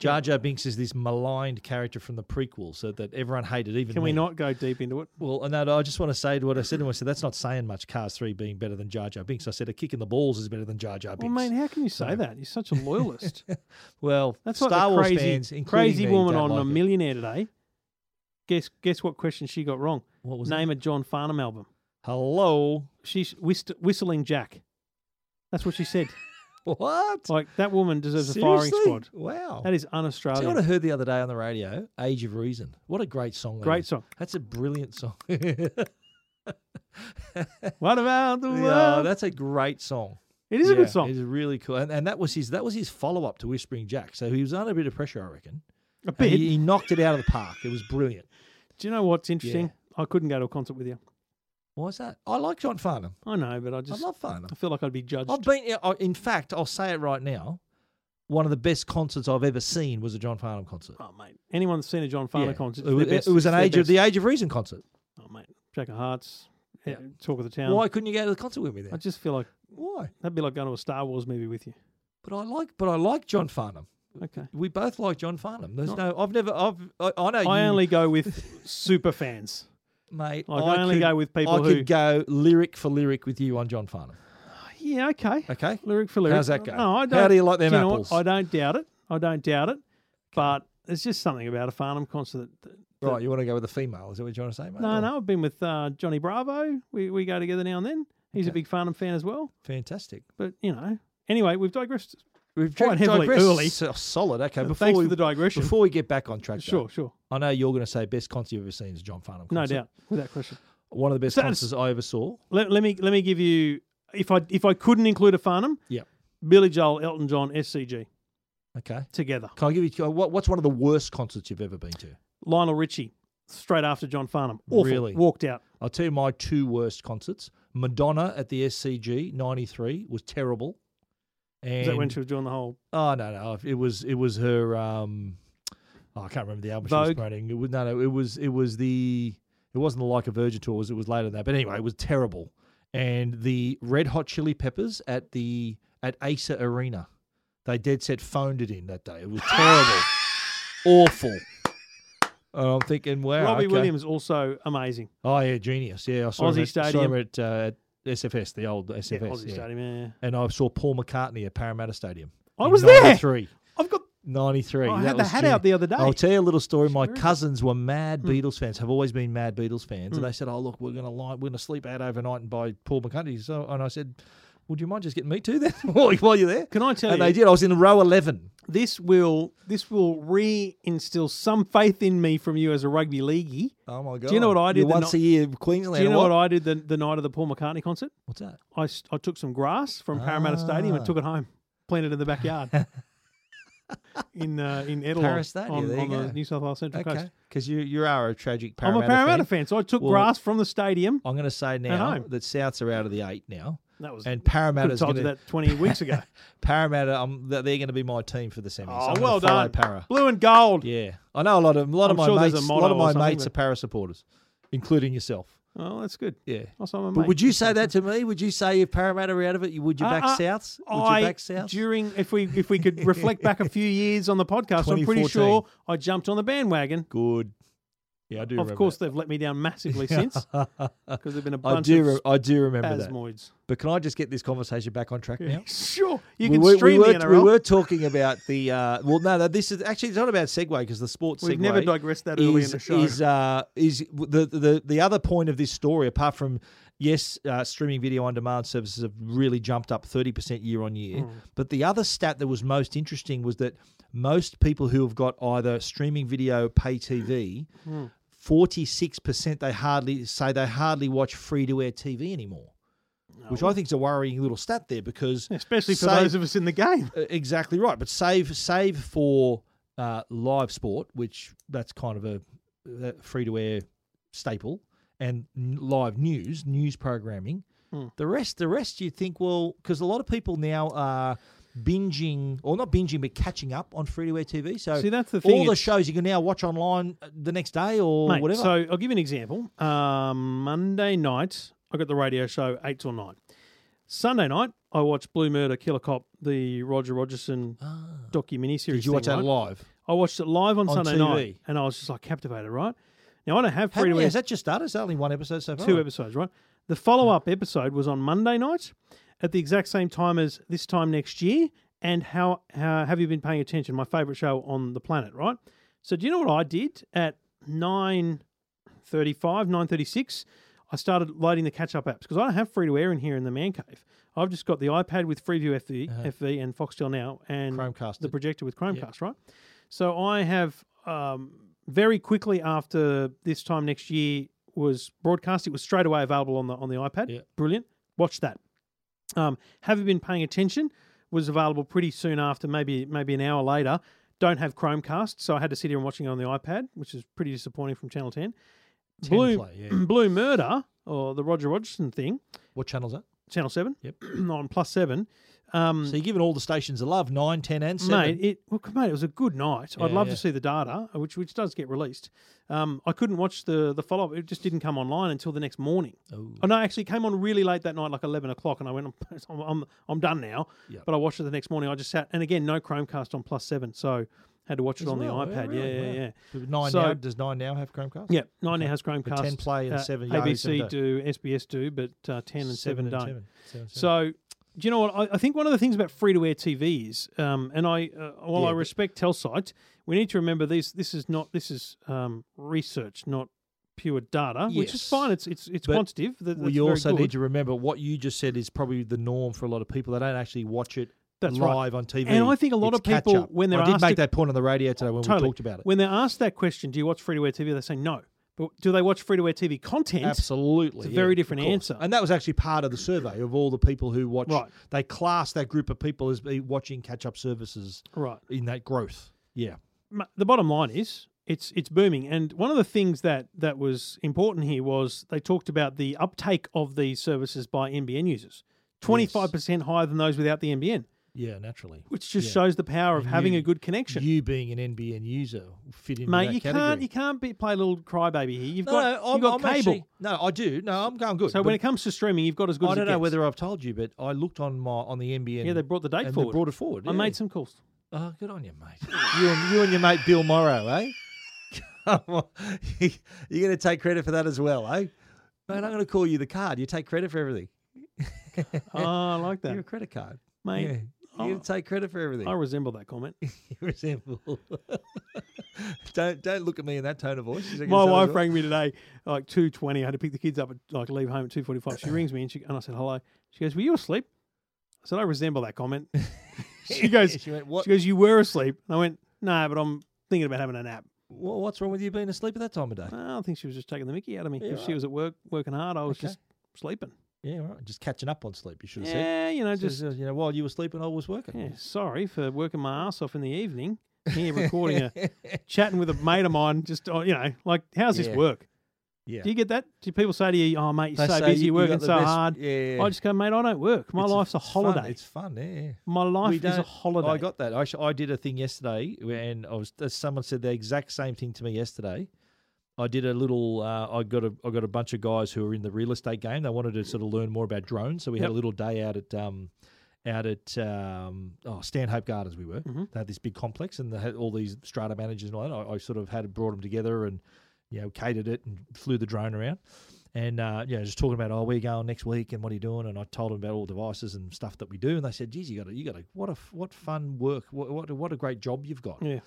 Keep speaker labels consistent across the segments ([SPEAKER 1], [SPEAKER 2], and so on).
[SPEAKER 1] Jar Jar Binks is this maligned character from the prequel, so that everyone hated. Even
[SPEAKER 2] Can we
[SPEAKER 1] me.
[SPEAKER 2] not go deep into it?
[SPEAKER 1] Well, and that I just want to say to what I said to him. I said that's not saying much. Cars Three being better than Jar Jar Binks. I said a kick in the balls is better than Jar Jar
[SPEAKER 2] Well,
[SPEAKER 1] Binks.
[SPEAKER 2] mate, how can you say that? You're such a loyalist.
[SPEAKER 1] Well,
[SPEAKER 2] That's
[SPEAKER 1] Star
[SPEAKER 2] like the
[SPEAKER 1] Wars
[SPEAKER 2] crazy,
[SPEAKER 1] fans, including
[SPEAKER 2] crazy
[SPEAKER 1] me,
[SPEAKER 2] woman
[SPEAKER 1] don't
[SPEAKER 2] on a
[SPEAKER 1] like it.
[SPEAKER 2] millionaire today. Guess guess what question she got wrong?
[SPEAKER 1] What was
[SPEAKER 2] Name a John Farnham album.
[SPEAKER 1] That? Hello,
[SPEAKER 2] She's whist- whistling Jack. That's what she said.
[SPEAKER 1] what?
[SPEAKER 2] like that woman deserves a firing
[SPEAKER 1] Seriously?
[SPEAKER 2] squad.
[SPEAKER 1] Wow.
[SPEAKER 2] That is
[SPEAKER 1] Do you know what I
[SPEAKER 2] un-Australian.
[SPEAKER 1] heard the other day on the radio? Age of Reason. What a great song. that
[SPEAKER 2] Great
[SPEAKER 1] is.
[SPEAKER 2] song.
[SPEAKER 1] That's a brilliant song.
[SPEAKER 2] What about the world?
[SPEAKER 1] yeah, that's a great song.
[SPEAKER 2] it is a
[SPEAKER 1] Yeah,
[SPEAKER 2] good song.
[SPEAKER 1] It's really cool. And, and that was his that was his follow up to Whispering Jack. So he was under a bit of pressure, I reckon.
[SPEAKER 2] A
[SPEAKER 1] And
[SPEAKER 2] bit.
[SPEAKER 1] He, he knocked it out of the park. It was brilliant.
[SPEAKER 2] Do you know what's interesting? I couldn't go to a concert with you.
[SPEAKER 1] Why is that? I like John Farnham.
[SPEAKER 2] I know, but I just
[SPEAKER 1] I love Farnham.
[SPEAKER 2] I feel like I'd be judged.
[SPEAKER 1] I've been. I- In fact, I'll say it right now. One of the best concerts I've ever seen was a John Farnham concert.
[SPEAKER 2] Oh mate, anyone that's seen a John Farnham
[SPEAKER 1] Yeah.
[SPEAKER 2] concert?
[SPEAKER 1] It,
[SPEAKER 2] it's
[SPEAKER 1] was-
[SPEAKER 2] their best-
[SPEAKER 1] it was
[SPEAKER 2] it's
[SPEAKER 1] an
[SPEAKER 2] their
[SPEAKER 1] age of
[SPEAKER 2] best.
[SPEAKER 1] the Age of Reason concert.
[SPEAKER 2] Oh mate, Jack of Hearts,
[SPEAKER 1] Yeah.
[SPEAKER 2] Talk of the Town.
[SPEAKER 1] Why couldn't you go to the concert with me
[SPEAKER 2] I
[SPEAKER 1] then?
[SPEAKER 2] just feel like
[SPEAKER 1] Why?
[SPEAKER 2] that'd be like going to a Star Wars movie with you.
[SPEAKER 1] But I like. But I like John Farnham.
[SPEAKER 2] Okay.
[SPEAKER 1] We both like John Farnham. There's no. I've never. I've. I, I know.
[SPEAKER 2] I
[SPEAKER 1] you,
[SPEAKER 2] only go with super fans.
[SPEAKER 1] mate.
[SPEAKER 2] Like, I only
[SPEAKER 1] could-
[SPEAKER 2] go with people
[SPEAKER 1] I
[SPEAKER 2] who-
[SPEAKER 1] could go lyric for lyric with you on John Farnham.
[SPEAKER 2] Yeah, okay.
[SPEAKER 1] Okay.
[SPEAKER 2] Lyric for lyric.
[SPEAKER 1] How's that go?
[SPEAKER 2] No, I
[SPEAKER 1] How
[SPEAKER 2] don't.
[SPEAKER 1] do you like them
[SPEAKER 2] know what?
[SPEAKER 1] apples?
[SPEAKER 2] I don't doubt it. I don't doubt it. But there's just something about a Farnham concert. That, that-
[SPEAKER 1] Right. You want to go with a female? Is that what you want to say, mate?
[SPEAKER 2] no,
[SPEAKER 1] Or-
[SPEAKER 2] no. I've been with uh, Johnny Bravo. We we go together now and then. He's a
[SPEAKER 1] Okay.
[SPEAKER 2] big Farnham fan as well.
[SPEAKER 1] Fantastic.
[SPEAKER 2] But you know. Anyway, we've digressed.
[SPEAKER 1] We've
[SPEAKER 2] Quite heavily
[SPEAKER 1] digressed
[SPEAKER 2] early.
[SPEAKER 1] so- solid. Okay. Before
[SPEAKER 2] Thanks
[SPEAKER 1] we,
[SPEAKER 2] for the digression.
[SPEAKER 1] before we get back on track,
[SPEAKER 2] sure,
[SPEAKER 1] though,
[SPEAKER 2] sure.
[SPEAKER 1] I know you're going to say best concert you've ever seen is John Farnham.
[SPEAKER 2] No
[SPEAKER 1] concert.
[SPEAKER 2] doubt. Without question.
[SPEAKER 1] One of the best
[SPEAKER 2] So that's-
[SPEAKER 1] concerts I ever saw.
[SPEAKER 2] Let, let me let me give you if I if I couldn't include a Farnham,
[SPEAKER 1] Yep.
[SPEAKER 2] Billy Joel, Elton John, SCG
[SPEAKER 1] Okay.
[SPEAKER 2] together.
[SPEAKER 1] Can I give you uh, what, what's one of the worst concerts you've ever been to?
[SPEAKER 2] Lionel Richie straight after John Farnham. Awful.
[SPEAKER 1] Really?
[SPEAKER 2] Walked out.
[SPEAKER 1] I'll tell you my two worst concerts. Madonna at the SCG '93 was terrible. And
[SPEAKER 2] Is that when she was doing the whole
[SPEAKER 1] Oh no, no, it was it was her. Um, oh, I can't remember the album she was
[SPEAKER 2] Vogue?
[SPEAKER 1] promoting. It was no, no, it was it was the it wasn't the like a Virgin tour. It was, it was later than that. But anyway, it was terrible. And the Red Hot Chili Peppers at the at Acer Arena, they dead set phoned it in that day. It was terrible, awful. And I'm thinking, wow,
[SPEAKER 2] Robbie
[SPEAKER 1] okay.
[SPEAKER 2] Williams also amazing.
[SPEAKER 1] Oh yeah, genius. Yeah, I saw him
[SPEAKER 2] Aussie
[SPEAKER 1] at, saw
[SPEAKER 2] Stadium.
[SPEAKER 1] him at uh, SFS, the old SFS.
[SPEAKER 2] Yeah, Aussie
[SPEAKER 1] yeah.
[SPEAKER 2] Stadium. Yeah.
[SPEAKER 1] And I saw Paul McCartney at Parramatta Stadium.
[SPEAKER 2] I
[SPEAKER 1] in
[SPEAKER 2] was there!
[SPEAKER 1] 93.
[SPEAKER 2] I've got
[SPEAKER 1] 93.
[SPEAKER 2] Oh, I had the
[SPEAKER 1] That was Oh,
[SPEAKER 2] hat
[SPEAKER 1] genius.
[SPEAKER 2] out the other day.
[SPEAKER 1] I'll tell you a little story. My
[SPEAKER 2] Sure. Hmm.
[SPEAKER 1] cousins were mad Beatles fans. Have always been mad Beatles fans, and they said, "Oh look, we're gonna lie, we're gonna sleep out overnight and buy Paul McCartney." So, and I said, "Would you mind just getting me too then while while you're there?"
[SPEAKER 2] Can I tell
[SPEAKER 1] and
[SPEAKER 2] you-
[SPEAKER 1] they did. I was in row eleven.
[SPEAKER 2] this will this will reinstill some faith in me from you as a rugby leaguey.
[SPEAKER 1] Oh my god!
[SPEAKER 2] you know what I did
[SPEAKER 1] You're
[SPEAKER 2] the
[SPEAKER 1] once
[SPEAKER 2] night-
[SPEAKER 1] a year Queensland?
[SPEAKER 2] Do you know what I did the, the night of the Paul McCartney concert?
[SPEAKER 1] What's that?
[SPEAKER 2] I, s- I took some grass from Parramatta
[SPEAKER 1] Ah.
[SPEAKER 2] Stadium and took it home, planted in the backyard in uh, in Edelon
[SPEAKER 1] Paris Stadium,
[SPEAKER 2] on,
[SPEAKER 1] there you
[SPEAKER 2] on the
[SPEAKER 1] go.
[SPEAKER 2] New South Wales Central
[SPEAKER 1] Okay,
[SPEAKER 2] Coast.
[SPEAKER 1] because you you are a tragic.
[SPEAKER 2] I'm
[SPEAKER 1] Parramatta
[SPEAKER 2] a Parramatta fan, so I took
[SPEAKER 1] Well- oh,
[SPEAKER 2] grass from the stadium.
[SPEAKER 1] I'm going to say now
[SPEAKER 2] home.
[SPEAKER 1] that Souths are out of the eight now,
[SPEAKER 2] That was
[SPEAKER 1] and
[SPEAKER 2] could have
[SPEAKER 1] Parramatta's
[SPEAKER 2] told
[SPEAKER 1] going
[SPEAKER 2] you that 20 weeks ago.
[SPEAKER 1] Parramatta. Um, they're going to be my team for the semi. so I'm
[SPEAKER 2] oh,
[SPEAKER 1] gonna
[SPEAKER 2] well
[SPEAKER 1] follow
[SPEAKER 2] done,
[SPEAKER 1] Para.
[SPEAKER 2] blue and gold.
[SPEAKER 1] Yeah, I know a lot of a lot
[SPEAKER 2] I'm
[SPEAKER 1] of my
[SPEAKER 2] sure there's
[SPEAKER 1] mates.
[SPEAKER 2] a
[SPEAKER 1] A,
[SPEAKER 2] motto
[SPEAKER 1] lot of
[SPEAKER 2] or
[SPEAKER 1] my
[SPEAKER 2] something,
[SPEAKER 1] mates
[SPEAKER 2] but-
[SPEAKER 1] are para supporters, including yourself.
[SPEAKER 2] Oh, that's good.
[SPEAKER 1] Yeah.
[SPEAKER 2] Also, I'm a
[SPEAKER 1] But
[SPEAKER 2] mate.
[SPEAKER 1] would you say that to me? Would you say if Parramatta were out of it, you would you back
[SPEAKER 2] Uh, uh,
[SPEAKER 1] Souths? Would
[SPEAKER 2] I,
[SPEAKER 1] you back Souths?
[SPEAKER 2] During if we if we could reflect back a few years on the podcast, I'm pretty
[SPEAKER 1] 2014.
[SPEAKER 2] sure I jumped on the bandwagon.
[SPEAKER 1] Good. Yeah, I do. remember
[SPEAKER 2] Of course,
[SPEAKER 1] that.
[SPEAKER 2] they've let me down massively since because there've been a
[SPEAKER 1] I
[SPEAKER 2] bunch
[SPEAKER 1] do.
[SPEAKER 2] of
[SPEAKER 1] Re- I do remember that.
[SPEAKER 2] spasmoids.
[SPEAKER 1] But can I just get this conversation back on track now?
[SPEAKER 2] Sure, you
[SPEAKER 1] we
[SPEAKER 2] can
[SPEAKER 1] were,
[SPEAKER 2] stream
[SPEAKER 1] we were,
[SPEAKER 2] the
[SPEAKER 1] we
[SPEAKER 2] NRL.
[SPEAKER 1] were talking about the uh, well, no, no. This is actually it's not about segue because the sports.
[SPEAKER 2] We've
[SPEAKER 1] segue
[SPEAKER 2] never digressed that early in
[SPEAKER 1] is-
[SPEAKER 2] the show.
[SPEAKER 1] Is uh, is the, the the other point of this story apart from yes, uh, streaming video on demand services have really jumped up thirty percent year on year.
[SPEAKER 2] Hmm.
[SPEAKER 1] But the other stat that was most interesting was that most people who have got either streaming video, pay TV.
[SPEAKER 2] Hmm.
[SPEAKER 1] 46% they hardly say they hardly watch free to air TV anymore, which I think is a worrying little stat there because
[SPEAKER 2] especially for
[SPEAKER 1] say-
[SPEAKER 2] those of us in the game.
[SPEAKER 1] uh, Exactly right. But save save for uh, live sport, which that's kind of uh, a, free to air staple, and n- live news, news programming.
[SPEAKER 2] Hmm.
[SPEAKER 1] The rest, the rest, you think well because a lot of people now are binging or not binging but catching up on free to air TV. So
[SPEAKER 2] See, that's the thing,
[SPEAKER 1] All the
[SPEAKER 2] it's-
[SPEAKER 1] shows you can now watch online uh, the next day or
[SPEAKER 2] Mate,
[SPEAKER 1] whatever.
[SPEAKER 2] So I'll give you an example. Um, Monday night, I got the radio show eight till nine. Sunday night, I watched Blue Murder Killer Cop, the Roger Rogerson docu mini series.
[SPEAKER 1] Ah. Did you watch that live?
[SPEAKER 2] I watched it live on,
[SPEAKER 1] on
[SPEAKER 2] Sunday
[SPEAKER 1] TV?
[SPEAKER 2] night, and I was just like captivated. Right now, I don't have
[SPEAKER 1] How
[SPEAKER 2] free to
[SPEAKER 1] many,
[SPEAKER 2] air
[SPEAKER 1] has that just started? It's only one episode so far.
[SPEAKER 2] two episodes. Right, the follow up episode was on Monday night at the exact same time as this time next year. And how, how have you been paying attention? My favorite show on the planet. Right. So do you know what I did at nine? 35, 936, I started loading the catch up apps because I don't have free to air in here in the man cave. I've just got the iPad with Freeview FV, FV E and Foxtel Now and
[SPEAKER 1] Uh-huh. Chromecast
[SPEAKER 2] the
[SPEAKER 1] it.
[SPEAKER 2] projector with Chromecast, right? So I have um, very quickly after this time next year was broadcast, it was straight away available on the on the iPad.
[SPEAKER 1] Yeah.
[SPEAKER 2] Brilliant. Watch that. Um, have you been paying attention? Was available pretty soon after, maybe maybe an hour later. Don't have Chromecast, so I had to sit here and watching it on the iPad, which is pretty disappointing from Channel Ten. Blue
[SPEAKER 1] play, yeah.
[SPEAKER 2] Blue Murder or the Roger Rogerson thing,
[SPEAKER 1] What channel's that?
[SPEAKER 2] Channel Seven.
[SPEAKER 1] Yep.
[SPEAKER 2] on Plus Seven. Um,
[SPEAKER 1] So you're giving all the stations a love, 9, 10 and 7.
[SPEAKER 2] Mate, it well, mate, it was a good night. I'd
[SPEAKER 1] Yeah,
[SPEAKER 2] love
[SPEAKER 1] yeah.
[SPEAKER 2] to see the data, uh, which which does get released. Um, I couldn't watch the the follow up; it just didn't come online until the next morning.
[SPEAKER 1] Oh.
[SPEAKER 2] Oh no, actually, it came on really late that night, like eleven o'clock, and I went, I'm I'm, I'm done now.
[SPEAKER 1] Yep.
[SPEAKER 2] But I watched it the next morning. I just sat, and again, no Chromecast on Plus Seven, so had to watch it
[SPEAKER 1] As
[SPEAKER 2] on
[SPEAKER 1] well,
[SPEAKER 2] the
[SPEAKER 1] yeah,
[SPEAKER 2] iPad.
[SPEAKER 1] really,
[SPEAKER 2] yeah,
[SPEAKER 1] wow.
[SPEAKER 2] yeah, yeah.
[SPEAKER 1] So Nine
[SPEAKER 2] So-
[SPEAKER 1] now, does Nine now have Chromecast?
[SPEAKER 2] Yeah, Nine now has Chromecast.
[SPEAKER 1] 10 play and
[SPEAKER 2] uh,
[SPEAKER 1] seven Yahoo,
[SPEAKER 2] ABC
[SPEAKER 1] seven
[SPEAKER 2] do, SBS do, but uh, ten and seven,
[SPEAKER 1] and
[SPEAKER 2] don't.
[SPEAKER 1] seven. Seven, seven.
[SPEAKER 2] So, do you know what? I, I think one of the things about free to air TV is, um, and I, uh, while
[SPEAKER 1] Yeah,
[SPEAKER 2] I
[SPEAKER 1] but-
[SPEAKER 2] respect Telsite, we need to remember these. This is not. This is um, research, not pure data, which is
[SPEAKER 1] Yes.
[SPEAKER 2] fine. It's it's it's
[SPEAKER 1] But
[SPEAKER 2] quantitative. That, that's
[SPEAKER 1] well, you
[SPEAKER 2] very
[SPEAKER 1] also
[SPEAKER 2] good.
[SPEAKER 1] need to remember what you just said is probably the norm for a lot of people. They don't actually watch it
[SPEAKER 2] That's right.
[SPEAKER 1] live on TV.
[SPEAKER 2] And I think a lot
[SPEAKER 1] It's
[SPEAKER 2] of people,
[SPEAKER 1] catch-up.
[SPEAKER 2] when they're
[SPEAKER 1] I did
[SPEAKER 2] asked
[SPEAKER 1] make
[SPEAKER 2] to-
[SPEAKER 1] that point on the radio today when
[SPEAKER 2] Totally.
[SPEAKER 1] we talked about it.
[SPEAKER 2] When they're asked that question, do you watch free to air TV? They say no. But do they watch free to air TV content?
[SPEAKER 1] Absolutely,
[SPEAKER 2] It's a
[SPEAKER 1] yeah,
[SPEAKER 2] very
[SPEAKER 1] of
[SPEAKER 2] different
[SPEAKER 1] course.
[SPEAKER 2] answer.
[SPEAKER 1] And that was actually part of the survey of all the people who watch.
[SPEAKER 2] Right.
[SPEAKER 1] They class that group of people as be watching catch-up services
[SPEAKER 2] Right.
[SPEAKER 1] in that growth. Yeah,
[SPEAKER 2] Ma- the bottom line is it's it's booming and one of the things that that was important here was they talked about the uptake of these services by NBN users 25% higher than those without the NBN
[SPEAKER 1] yeah, naturally.
[SPEAKER 2] which just
[SPEAKER 1] Yeah.
[SPEAKER 2] shows the power of
[SPEAKER 1] And
[SPEAKER 2] having
[SPEAKER 1] you-
[SPEAKER 2] a good connection
[SPEAKER 1] You being an NBN user fit into
[SPEAKER 2] mate
[SPEAKER 1] that
[SPEAKER 2] you
[SPEAKER 1] category.
[SPEAKER 2] can't you can't be, play little crybaby here you've
[SPEAKER 1] no,
[SPEAKER 2] got
[SPEAKER 1] no, I'm,
[SPEAKER 2] you've got
[SPEAKER 1] I'm
[SPEAKER 2] cable
[SPEAKER 1] actually- no, I do. No, I'm going good.
[SPEAKER 2] so when
[SPEAKER 1] But
[SPEAKER 2] it comes to streaming you've got as good
[SPEAKER 1] I
[SPEAKER 2] as
[SPEAKER 1] don't
[SPEAKER 2] it
[SPEAKER 1] know
[SPEAKER 2] gets.
[SPEAKER 1] whether I've told you, but I looked on my on the NBN.
[SPEAKER 2] yeah they brought the date
[SPEAKER 1] and they
[SPEAKER 2] forward
[SPEAKER 1] brought it forward.
[SPEAKER 2] I
[SPEAKER 1] yeah.
[SPEAKER 2] made some calls
[SPEAKER 1] Oh, good on you, mate. you, and, you and your mate Bill Morrow, eh? Come on. You're going to take credit for that as well, eh? Mate, I'm going to call you the card. You take credit for everything.
[SPEAKER 2] oh I like
[SPEAKER 1] You're a
[SPEAKER 2] that
[SPEAKER 1] credit card.
[SPEAKER 2] mate oh.
[SPEAKER 1] Yeah. You're going to take credit for everything.
[SPEAKER 2] I resemble that comment
[SPEAKER 1] You resemble. don't don't look at me in that tone of voice. You think
[SPEAKER 2] My
[SPEAKER 1] it's not as
[SPEAKER 2] wife
[SPEAKER 1] well?
[SPEAKER 2] rang me today, like two twenty. I had to pick the kids up at like leave home at two forty five. She rings me and she and I said hello. She goes, "Were you asleep?" I said, "I resemble that comment." she goes,
[SPEAKER 1] She went, what,
[SPEAKER 2] "She goes, you were asleep." And I went, "No, but I'm thinking about having a nap."
[SPEAKER 1] "Wha- What's wrong with you being asleep at that time of day?
[SPEAKER 2] I think she was just taking the Mickey out of me.
[SPEAKER 1] Yeah,
[SPEAKER 2] if she
[SPEAKER 1] right.
[SPEAKER 2] was at work working hard, I was
[SPEAKER 1] Okay.
[SPEAKER 2] just sleeping.
[SPEAKER 1] Yeah, all right. Just catching up on sleep, you should have said.
[SPEAKER 2] Yeah, you know,
[SPEAKER 1] So,
[SPEAKER 2] just
[SPEAKER 1] so, you know, while you were sleeping, I was working.
[SPEAKER 2] yeah, sorry for working my ass off in the evening. Here recording a chatting with a mate of mine. Just oh, you know, like how's
[SPEAKER 1] Yeah.
[SPEAKER 2] this work?
[SPEAKER 1] Yeah.
[SPEAKER 2] Do you get that? Do people say to you, "Oh, mate, you're
[SPEAKER 1] They
[SPEAKER 2] so
[SPEAKER 1] say
[SPEAKER 2] busy,
[SPEAKER 1] you- you
[SPEAKER 2] you're working
[SPEAKER 1] got the
[SPEAKER 2] so
[SPEAKER 1] best-
[SPEAKER 2] hard"?
[SPEAKER 1] yeah, yeah, yeah.
[SPEAKER 2] I just go, "Mate, I don't work. My
[SPEAKER 1] It's a-
[SPEAKER 2] life's a,
[SPEAKER 1] it's fun.
[SPEAKER 2] holiday.
[SPEAKER 1] It's fun, yeah, yeah.
[SPEAKER 2] My
[SPEAKER 1] We
[SPEAKER 2] life is a
[SPEAKER 1] don't-
[SPEAKER 2] holiday."
[SPEAKER 1] I got that. I, sh- I did a thing yesterday, and I was someone said the exact same thing to me yesterday. I did a little. Uh, I got a. I got a bunch of guys who are in the real estate game. They wanted to sort of learn more about drones, so we had
[SPEAKER 2] Yep.
[SPEAKER 1] a little day out at um, out at um, oh Stanhope Gardens. We were.
[SPEAKER 2] Mm-hmm.
[SPEAKER 1] They had this big complex, and they had all these strata managers and all that. I, I sort of had brought them together and you know catered it and flew the drone around. And uh, you know, just talking about oh, where you going next week and what are you doing? And I told them about all the devices and stuff that we do, and they said, "Geez, you got a, you got a, what a f- what fun work, what what a, what a great job you've got."
[SPEAKER 2] yeah,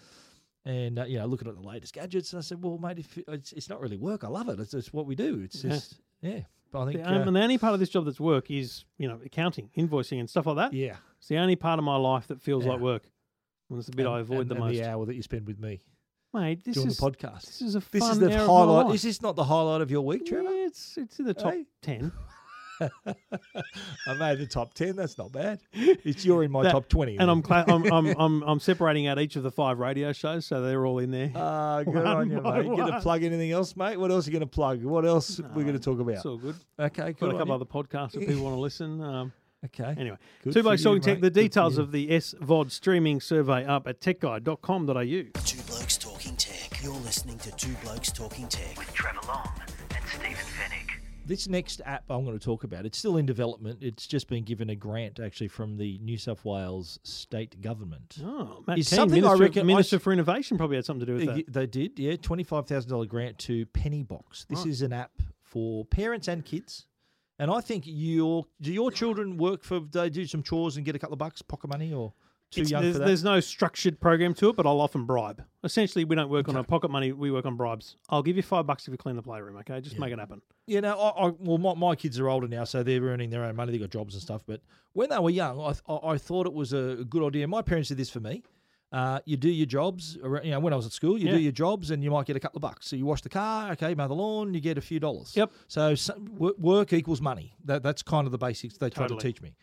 [SPEAKER 1] and uh, you know looking at the latest gadgets. And I said, "Well, mate, if it- it's, it's not really work. I love it. It's, it's what we do. It's
[SPEAKER 2] Yeah.
[SPEAKER 1] just yeah." But I
[SPEAKER 2] the,
[SPEAKER 1] think
[SPEAKER 2] um,
[SPEAKER 1] uh,
[SPEAKER 2] and the only part of this job that's work is you know accounting, invoicing, and stuff like that.
[SPEAKER 1] yeah,
[SPEAKER 2] It's the only part of my life that feels
[SPEAKER 1] Yeah.
[SPEAKER 2] like work. And it's the bit
[SPEAKER 1] and-
[SPEAKER 2] I avoid
[SPEAKER 1] and-
[SPEAKER 2] the
[SPEAKER 1] and
[SPEAKER 2] most.
[SPEAKER 1] The hour that you spend with me
[SPEAKER 2] Mate, this
[SPEAKER 1] doing
[SPEAKER 2] is
[SPEAKER 1] the podcast.
[SPEAKER 2] this is a
[SPEAKER 1] This
[SPEAKER 2] fun
[SPEAKER 1] is the
[SPEAKER 2] era of my
[SPEAKER 1] highlight.
[SPEAKER 2] life.
[SPEAKER 1] Is this not the highlight of your week, Trevor?
[SPEAKER 2] Yeah, it's it's in the top
[SPEAKER 1] Hey?
[SPEAKER 2] ten.
[SPEAKER 1] I made the top ten. That's not bad. It's you're in my
[SPEAKER 2] That-
[SPEAKER 1] top twenty,
[SPEAKER 2] And
[SPEAKER 1] then.
[SPEAKER 2] I'm, cla- I'm, I'm, I'm, I'm separating out each of the five radio shows, so they're all in there.
[SPEAKER 1] Ah, good
[SPEAKER 2] One
[SPEAKER 1] on you,
[SPEAKER 2] by
[SPEAKER 1] mate. You going to
[SPEAKER 2] one.
[SPEAKER 1] plug anything else, mate? What else are you going to plug? What else we're going to talk about?
[SPEAKER 2] it's all good.
[SPEAKER 1] okay,
[SPEAKER 2] Got
[SPEAKER 1] cool.
[SPEAKER 2] a couple other podcasts if people want to listen. Um,
[SPEAKER 1] Okay.
[SPEAKER 2] anyway,
[SPEAKER 1] Good
[SPEAKER 2] Two
[SPEAKER 1] for
[SPEAKER 2] Blokes
[SPEAKER 1] you,
[SPEAKER 2] Talking Tech.
[SPEAKER 1] mate.
[SPEAKER 2] The
[SPEAKER 1] Good for
[SPEAKER 2] details
[SPEAKER 1] you.
[SPEAKER 2] of the SVOD streaming survey up at techguide.com.au.
[SPEAKER 3] Two Blokes Talking Tech. You're listening to Two Blokes Talking Tech.
[SPEAKER 4] Trevor Long and Stephen Finnick.
[SPEAKER 1] This next app I'm going to talk about, it's still in development. It's just been given a grant actually from the New South Wales state government.
[SPEAKER 2] Oh, Matt
[SPEAKER 1] It's
[SPEAKER 2] Keane,
[SPEAKER 1] something I
[SPEAKER 2] Minister,
[SPEAKER 1] reckon I
[SPEAKER 2] Minister
[SPEAKER 1] s-
[SPEAKER 2] for Innovation probably had something to do with
[SPEAKER 1] Uh,
[SPEAKER 2] that.
[SPEAKER 1] y- They did, yeah. Twenty-five thousand dollar grant to Pennybox. This is an app for parents and kids. And I think your do your children work for? They do some chores and get a couple of bucks, pocket money, or too
[SPEAKER 2] It's-
[SPEAKER 1] young
[SPEAKER 2] there's,
[SPEAKER 1] for that.
[SPEAKER 2] there's no structured program to it, but I'll often bribe. Essentially, we don't work on our pocket money; we work on bribes. I'll give you five bucks if you clean the playroom. Okay, just make it happen.
[SPEAKER 1] You know, I, I well, my, my kids are older now, so they're earning their own money. They got jobs and stuff. But when they were young, I th- I, I thought it was a good idea. My parents did this for me. Uh, you do your jobs. ar- You know, when I was at school, you
[SPEAKER 2] Yeah.
[SPEAKER 1] do your jobs, and you might get a couple of bucks. So you wash the car, okay, mow the lawn, you get a few dollars.
[SPEAKER 2] Yep.
[SPEAKER 1] So some, wo- work equals money. That, that's kind of the basics they try to
[SPEAKER 2] Totally.
[SPEAKER 1] teach me,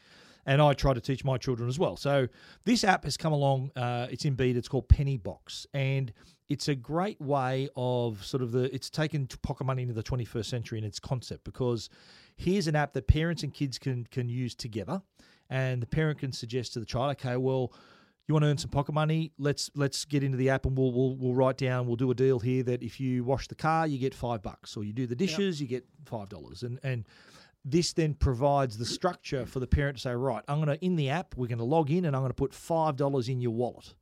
[SPEAKER 1] and I try to teach my children as well. So this app has come along. Uh, it's in beta. It's called Penny Box, and it's a great way of sort of the. It's taken to pocket money into the 21st century in its concept because here's an app that parents and kids can can use together, and the parent can suggest to the child, okay, well. You want to earn some pocket money? Let's let's get into the app and we'll, we'll we'll write down. We'll do a deal here that if you wash the car, you get five bucks, or you do the dishes, you get five dollars. And and this then provides the structure for the parent to say, right, I'm going to, in the app, we're going to log in and I'm going to put $5 in your wallet.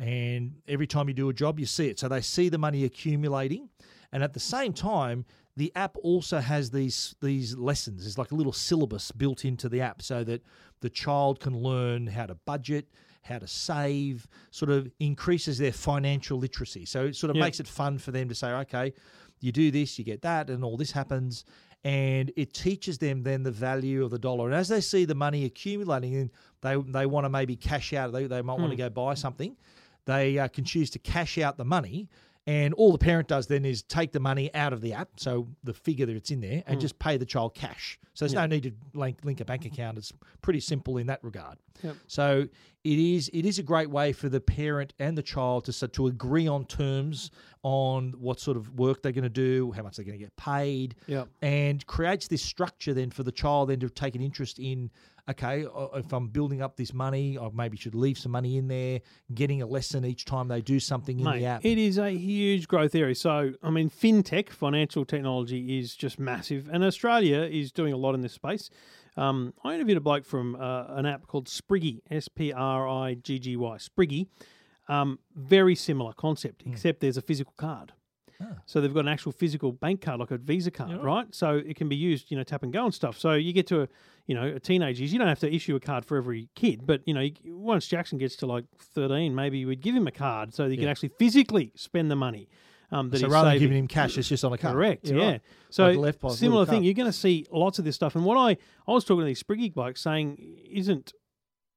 [SPEAKER 1] And every time you do a job, you see it. So they see the money accumulating. And at the same time, the app also has these these lessons. It's like a little syllabus built into the app so that the child can learn how to budget, how to save, sort of increases their financial literacy. So it sort of
[SPEAKER 2] Yeah.
[SPEAKER 1] makes it fun for them to say, okay, you do this, you get that, and all this happens. And it teaches them then the value of the dollar. And as they see the money accumulating, and they they want to maybe cash out. They, they might want to go buy something. They uh, can choose to cash out the money. And all the parent does then is take the money out of the app, so the figure that it's in there, and just pay the child cash. So there's no need to link, link a bank account. It's pretty simple in that regard. So it is it is a great way for the parent and the child to sort- to agree on terms on what sort of work they're going to do, how much they're going to get paid,
[SPEAKER 2] Yep.
[SPEAKER 1] and creates this structure then for the child then to take an interest in. Okay, uh, if I'm building up this money, I maybe should leave some money in there, getting a lesson each time they do something in
[SPEAKER 2] Mate,
[SPEAKER 1] the app.
[SPEAKER 2] it is a huge growth area. So, I mean, fintech, financial technology, is just massive, and Australia is doing a lot in this space. Um, I interviewed a bloke from uh, an app called Spriggy, S P R I G G Y, Spriggy. Um, very similar concept,
[SPEAKER 1] Hmm.
[SPEAKER 2] except there's a physical card.
[SPEAKER 1] Ah.
[SPEAKER 2] So they've got an actual physical bank card, like a Visa card, right. So it can be used, you know, tap and go and stuff. So you get to a, you know, a teenage years, you don't have to issue a card for every kid, but you know, you- once Jackson gets to like thirteen, maybe we'd give him a card so that he can actually physically spend the money. Um, that
[SPEAKER 1] so
[SPEAKER 2] he's
[SPEAKER 1] rather than
[SPEAKER 2] saving.
[SPEAKER 1] giving him cash, it's just on a card.
[SPEAKER 2] Correct. Yeah.
[SPEAKER 1] right.
[SPEAKER 2] So
[SPEAKER 1] Like a left pass,
[SPEAKER 2] similar
[SPEAKER 1] little
[SPEAKER 2] thing.
[SPEAKER 1] cup.
[SPEAKER 2] You're going to see lots of this stuff. And what I I was talking to these Spriggy blokes saying, isn't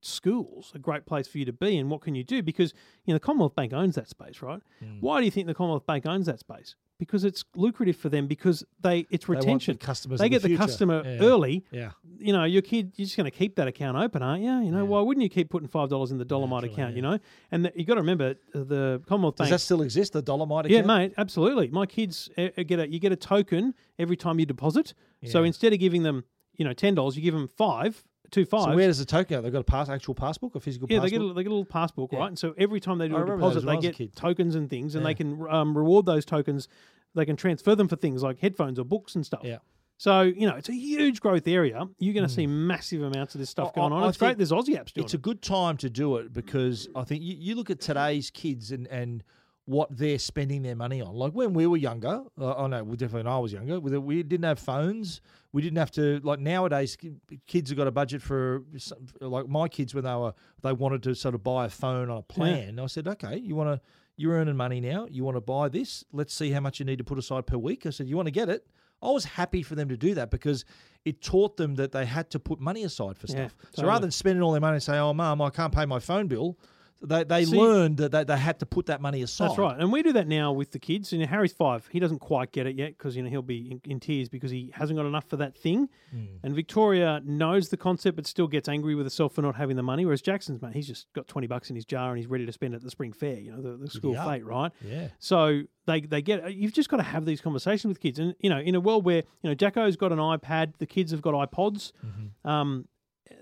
[SPEAKER 2] schools a great place for you to be? And what can you do? Because you know the Commonwealth Bank owns that space, right? Why do you think the Commonwealth Bank owns that space? Because it's lucrative for them. Because they it's
[SPEAKER 1] want the
[SPEAKER 2] retention.
[SPEAKER 1] customers
[SPEAKER 2] They
[SPEAKER 1] of the
[SPEAKER 2] get the,
[SPEAKER 1] future.
[SPEAKER 2] customer
[SPEAKER 1] Yeah.
[SPEAKER 2] early.
[SPEAKER 1] Yeah.
[SPEAKER 2] You know, your kid, you're just going to keep that account open, aren't you? You know, why wouldn't you keep putting five dollars in the Dolomite account? You know, and th- you got to remember uh, the Commonwealth
[SPEAKER 1] Does
[SPEAKER 2] Bank.
[SPEAKER 1] that still exist? The Dolomite
[SPEAKER 2] Yeah,
[SPEAKER 1] account?
[SPEAKER 2] mate, absolutely. My kids uh, uh, get a you get a token every time you deposit. So instead of giving them you know ten dollars, you give them five, two five.
[SPEAKER 1] So where does the token go? They've got a pass, actual passbook, a physical
[SPEAKER 2] yeah, they
[SPEAKER 1] passbook.
[SPEAKER 2] get, a, they get a little passbook, right? And so every time they do
[SPEAKER 1] I
[SPEAKER 2] a
[SPEAKER 1] remember those
[SPEAKER 2] deposit,
[SPEAKER 1] when I
[SPEAKER 2] they
[SPEAKER 1] was a
[SPEAKER 2] get
[SPEAKER 1] kid.
[SPEAKER 2] tokens and things, and they can um, reward those tokens. They can transfer them for things like headphones or books and stuff.
[SPEAKER 1] Yeah. Hmm.
[SPEAKER 2] So you know it's a huge growth area. You're going to see massive amounts of this stuff
[SPEAKER 1] I-
[SPEAKER 2] going
[SPEAKER 1] I-
[SPEAKER 2] on.
[SPEAKER 1] I
[SPEAKER 2] it's great.
[SPEAKER 1] think
[SPEAKER 2] There's Aussie apps doing
[SPEAKER 1] it's
[SPEAKER 2] it.
[SPEAKER 1] a good time to do it because I think you, you look at today's kids and and what they're spending their money on. Like when we were younger, uh, oh no, well definitely when I was younger, we- we didn't have phones. We didn't have to like nowadays. ki- Kids have got a budget for some- like my kids when they were they wanted to sort of buy a phone on a plan. I said, okay, you want to you're earning money now. You want to buy this? Let's see how much you need to put aside per week. I said, you want to get it? I was happy for them to do that because it taught them that they had to put money aside for
[SPEAKER 2] Yeah,
[SPEAKER 1] stuff. So rather
[SPEAKER 2] totally.
[SPEAKER 1] than spending all their money and say, "Oh, mum, I can't pay my phone bill," They they
[SPEAKER 2] See-
[SPEAKER 1] learned that they, they had to put that money aside.
[SPEAKER 2] That's right, and we do that now with the kids. You know, Harry's five; he doesn't quite get it yet because you know he'll be in, in tears because he hasn't got enough for that thing. And Victoria knows the concept, but still gets angry with herself for not having the money. Whereas Jackson's mate, he's just got twenty bucks in his jar and he's ready to spend it at the spring fair. You know, the, the school
[SPEAKER 1] Yeah.
[SPEAKER 2] fete, right?
[SPEAKER 1] Yeah.
[SPEAKER 2] So they they get you've just got to have these conversations with kids, and you know, in a world where you know Jacko's got an iPad, the kids have got iPods.
[SPEAKER 1] Mm-hmm.
[SPEAKER 2] Um,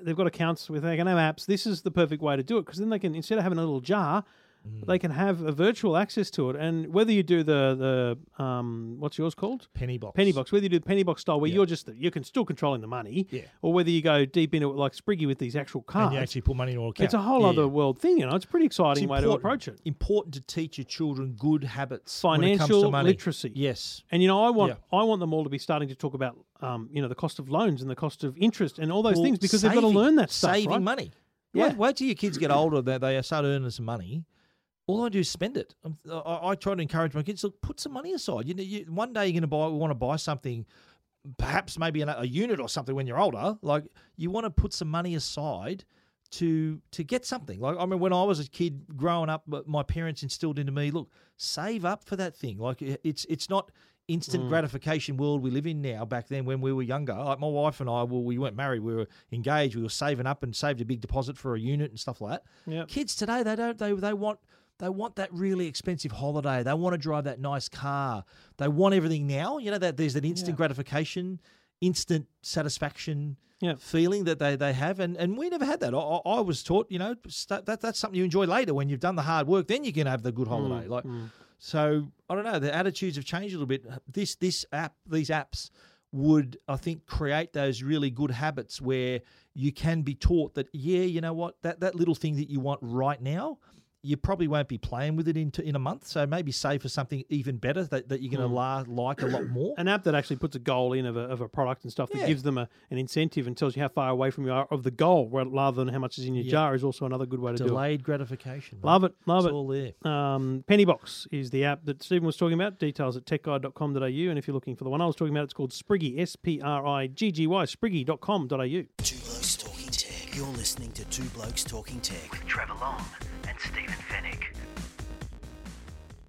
[SPEAKER 2] they've got accounts with they can have apps. This is the perfect way to do it because then they can instead of having a little jar,
[SPEAKER 1] Mm.
[SPEAKER 2] they can have a virtual access to it. And whether you do the the um, what's yours called
[SPEAKER 1] Penny box.
[SPEAKER 2] penny box, whether you do the penny box style where you're just you can still controlling the money,
[SPEAKER 1] Yeah.
[SPEAKER 2] or whether you go deep into it like Spriggy with these actual
[SPEAKER 1] And
[SPEAKER 2] cards.
[SPEAKER 1] you actually put money into an account.
[SPEAKER 2] Ah, it's a whole
[SPEAKER 1] Yeah,
[SPEAKER 2] other
[SPEAKER 1] yeah.
[SPEAKER 2] world thing, you know. It's a pretty exciting way to
[SPEAKER 1] important-
[SPEAKER 2] approach it.
[SPEAKER 1] Important to teach your children good habits, when it comes to
[SPEAKER 2] Financial
[SPEAKER 1] money.
[SPEAKER 2] literacy.
[SPEAKER 1] Yes,
[SPEAKER 2] And you know, I want
[SPEAKER 1] Yeah.
[SPEAKER 2] I want them all to be starting to talk about, um, you know, the cost of loans and the cost of interest and all those
[SPEAKER 1] Well,
[SPEAKER 2] things because they've got to
[SPEAKER 1] saving-
[SPEAKER 2] learn that stuff.
[SPEAKER 1] Saving
[SPEAKER 2] right?
[SPEAKER 1] money.
[SPEAKER 2] Yeah.
[SPEAKER 1] Wait, wait till your kids get older that they start earning some money. All I do is spend it. I'm, I, I try to encourage my kids look, put some money aside. You know, you, one day you're going to buy, want to buy something, perhaps maybe an, a unit or something when you're older. Like you want to put some money aside to to get something. Like I mean, when I was a kid growing up, but my parents instilled into me, look, save up for that thing. Like it- it's it's not instant gratification world we live in now. Back then, when we were younger, like my wife and I, well, we weren't married, we were engaged, we were saving up and saved a big deposit for a unit and stuff like that.
[SPEAKER 2] Yep.
[SPEAKER 1] Kids today, they don't they they want. They want that really expensive holiday. They want to drive that nice car. They want everything now. You know that there's an instant gratification, instant satisfaction
[SPEAKER 2] Yeah.
[SPEAKER 1] feeling that they, they have, and, and we never had that. I, I I was taught, you know, st- that that's something you enjoy later when you've done the hard work. Then you can have the good holiday. like, so I don't know. The attitudes have changed a little bit. This this app, these apps would I think create those really good habits where you can be taught that yeah, you know what, that that little thing that you want right now. You probably won't be playing with it in, in a month, so maybe save for something even better that, that you're
[SPEAKER 2] Hmm.
[SPEAKER 1] going to la like a lot more.
[SPEAKER 2] An app that actually puts a goal in of a, of a product and stuff that
[SPEAKER 1] Yeah.
[SPEAKER 2] gives them a, an incentive and tells you how far away from you are of the goal ra- rather than how much is in your jar is also another good way to do it.
[SPEAKER 1] Delayed gratification. mate.
[SPEAKER 2] Love it, love
[SPEAKER 1] It's
[SPEAKER 2] it.
[SPEAKER 1] all there.
[SPEAKER 2] Um, Pennybox is the app that Stephen was talking about. Details at techguide.com.au. And if you're looking for the one I was talking about, it's called Spriggy, S P R I G G Y, spriggy.com.au.
[SPEAKER 3] Two Blokes Talking Tech. You're listening to Two Blokes Talking Tech.
[SPEAKER 4] with Trevor Long and Stephen Finnick.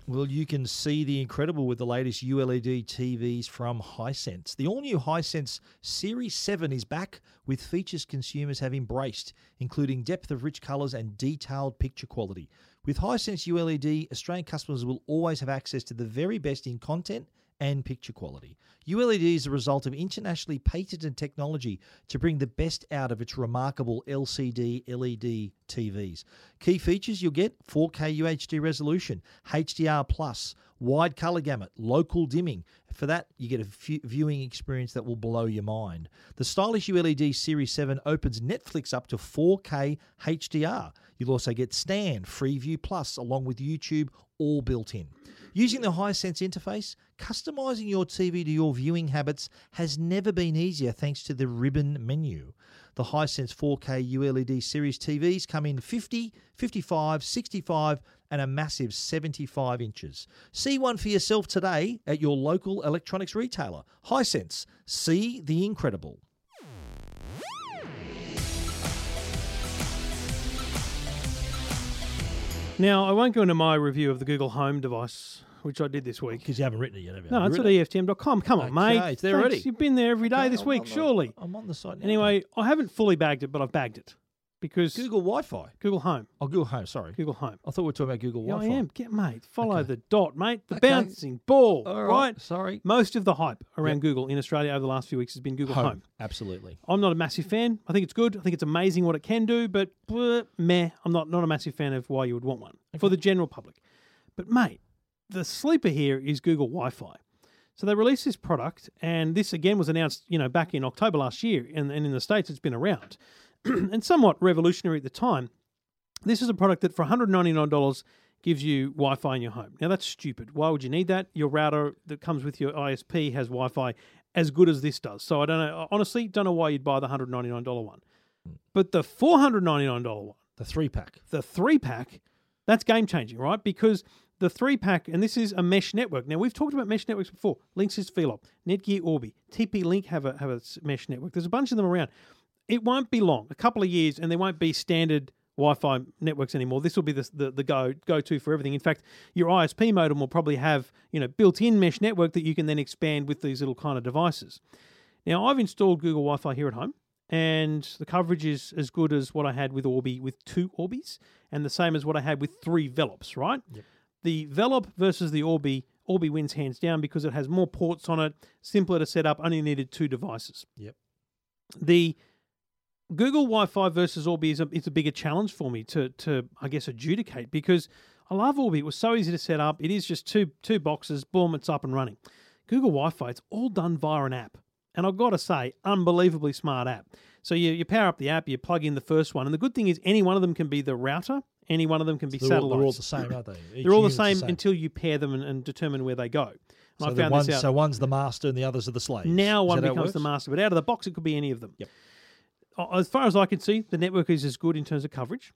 [SPEAKER 1] Well, you can see the incredible with the latest E ULED TVs from Hisense. The all new Hisense Series 7 is back with features consumers have embraced, including depth of rich colours and detailed picture quality. With Hisense ULED, Australian customers will always have access to the very best in content and picture quality. ULED is a result of internationally patented technology to bring the best out of its remarkable LCD LED TVs. Key features you'll get 4K UHD resolution, HDR plus, wide color gamut, local dimming. For that, you get a few viewing experience that will blow your mind. The stylish ULED Series 7 opens Netflix up to 4K HDR. You'll also get Stan, Freeview Plus, along with YouTube, all built in. Using the Hisense interface, customizing your TV to your viewing habits has never been easier thanks to the ribbon menu. The Hisense 4K ULED E series TVs come in 50, 55, 65, and a massive 75 inches. See one for yourself today at your local electronics retailer. Hisense, see the incredible.
[SPEAKER 2] Now, I won't go into my review of the Google Home device, which I did this week.
[SPEAKER 1] Because you haven't written it yet, have you?
[SPEAKER 2] No, it's at E EFTM.com. Come on,
[SPEAKER 1] Okay,
[SPEAKER 2] mate.
[SPEAKER 1] it's there
[SPEAKER 2] Thanks.
[SPEAKER 1] already.
[SPEAKER 2] You've been there every day this
[SPEAKER 1] I'm
[SPEAKER 2] week,
[SPEAKER 1] on Oh, the-
[SPEAKER 2] surely.
[SPEAKER 1] I'm on the site now.
[SPEAKER 2] Anyway, I haven't fully bagged it, but I've bagged it because Google,
[SPEAKER 1] Google Wi Fi.
[SPEAKER 2] Home,
[SPEAKER 1] Oh, Google Home, sorry.
[SPEAKER 2] Google Home.
[SPEAKER 1] I thought we were talking about Google
[SPEAKER 2] Yeah, I
[SPEAKER 1] Wi Fi.
[SPEAKER 2] am. Get mate. Follow
[SPEAKER 1] Okay.
[SPEAKER 2] the dot, mate. The
[SPEAKER 1] Okay.
[SPEAKER 2] bouncing ball,
[SPEAKER 1] All right.
[SPEAKER 2] right?
[SPEAKER 1] Sorry.
[SPEAKER 2] Most of the hype around Google in Australia over the last few weeks has been Google Home.
[SPEAKER 1] Absolutely.
[SPEAKER 2] I'm not a massive fan. I think it's good. I think it's amazing what it can do, but bleh, meh. I'm not not a massive fan of why you would want one for the general public. But mate, the sleeper here is Google Wi-Fi. So they released this product, and this again was announced, you know, back in October last year, and, and in the states it's been around, and somewhat revolutionary at the time. This is a product that for $199 gives you Wi Fi in your home. Now, that's stupid. Why would you need that? Your router that comes with your ISP has Wi Fi as good as this does. So I don't know. Honestly, don't know why you'd buy the $199 one. But the $499 one,
[SPEAKER 1] The three pack.
[SPEAKER 2] the three pack, that's game changing, right? Because the three pack, and this is a mesh network. Now we've talked about mesh networks before. Linksys, Velop, Netgear, Orbi, TP Link have a have a s- mesh network. There's a bunch of them around. It won't be long, a couple of years, and there won't be standard Wi-Fi networks anymore. This will be the the, the go go to for everything. In fact, your ISP modem will probably have you know built-in mesh network that you can then expand with these little kind of devices. Now, I've installed Google Wi-Fi here at home, and the coverage is as good as what I had with Orbi with two Orbis, and the same as what I had with three Velops. Right? The Velop versus the Orbi. Orbi wins hands down because it has more ports on it, simpler to set up, only needed two devices.
[SPEAKER 1] Yep.
[SPEAKER 2] The Google Wi-Fi versus Orbi is a, it's a bigger challenge for me to to I guess adjudicate because I love Orbi. It was so easy to set up. It is just two two boxes, boom, it's up and running. Google Wi-Fi, it's all done via an app, and I've got to say, unbelievably smart app. So you you power up the app, you plug in the first one, and the good thing is any one of them can be the router, any one of them can be
[SPEAKER 1] They're all,
[SPEAKER 2] satellites.
[SPEAKER 1] they're all the same, aren't they? Each
[SPEAKER 2] They're all the
[SPEAKER 1] unit's
[SPEAKER 2] same, until you pair them and, and determine where they go. And
[SPEAKER 1] so
[SPEAKER 2] I
[SPEAKER 1] the
[SPEAKER 2] found
[SPEAKER 1] one,
[SPEAKER 2] this out.
[SPEAKER 1] So one's the master and the others are the slaves.
[SPEAKER 2] Now
[SPEAKER 1] Is
[SPEAKER 2] one
[SPEAKER 1] that how it
[SPEAKER 2] becomes the
[SPEAKER 1] works?
[SPEAKER 2] master, but out of the box, it could be any of them.
[SPEAKER 1] Yep.
[SPEAKER 2] A- As far as I can see, the network is as good in terms of coverage.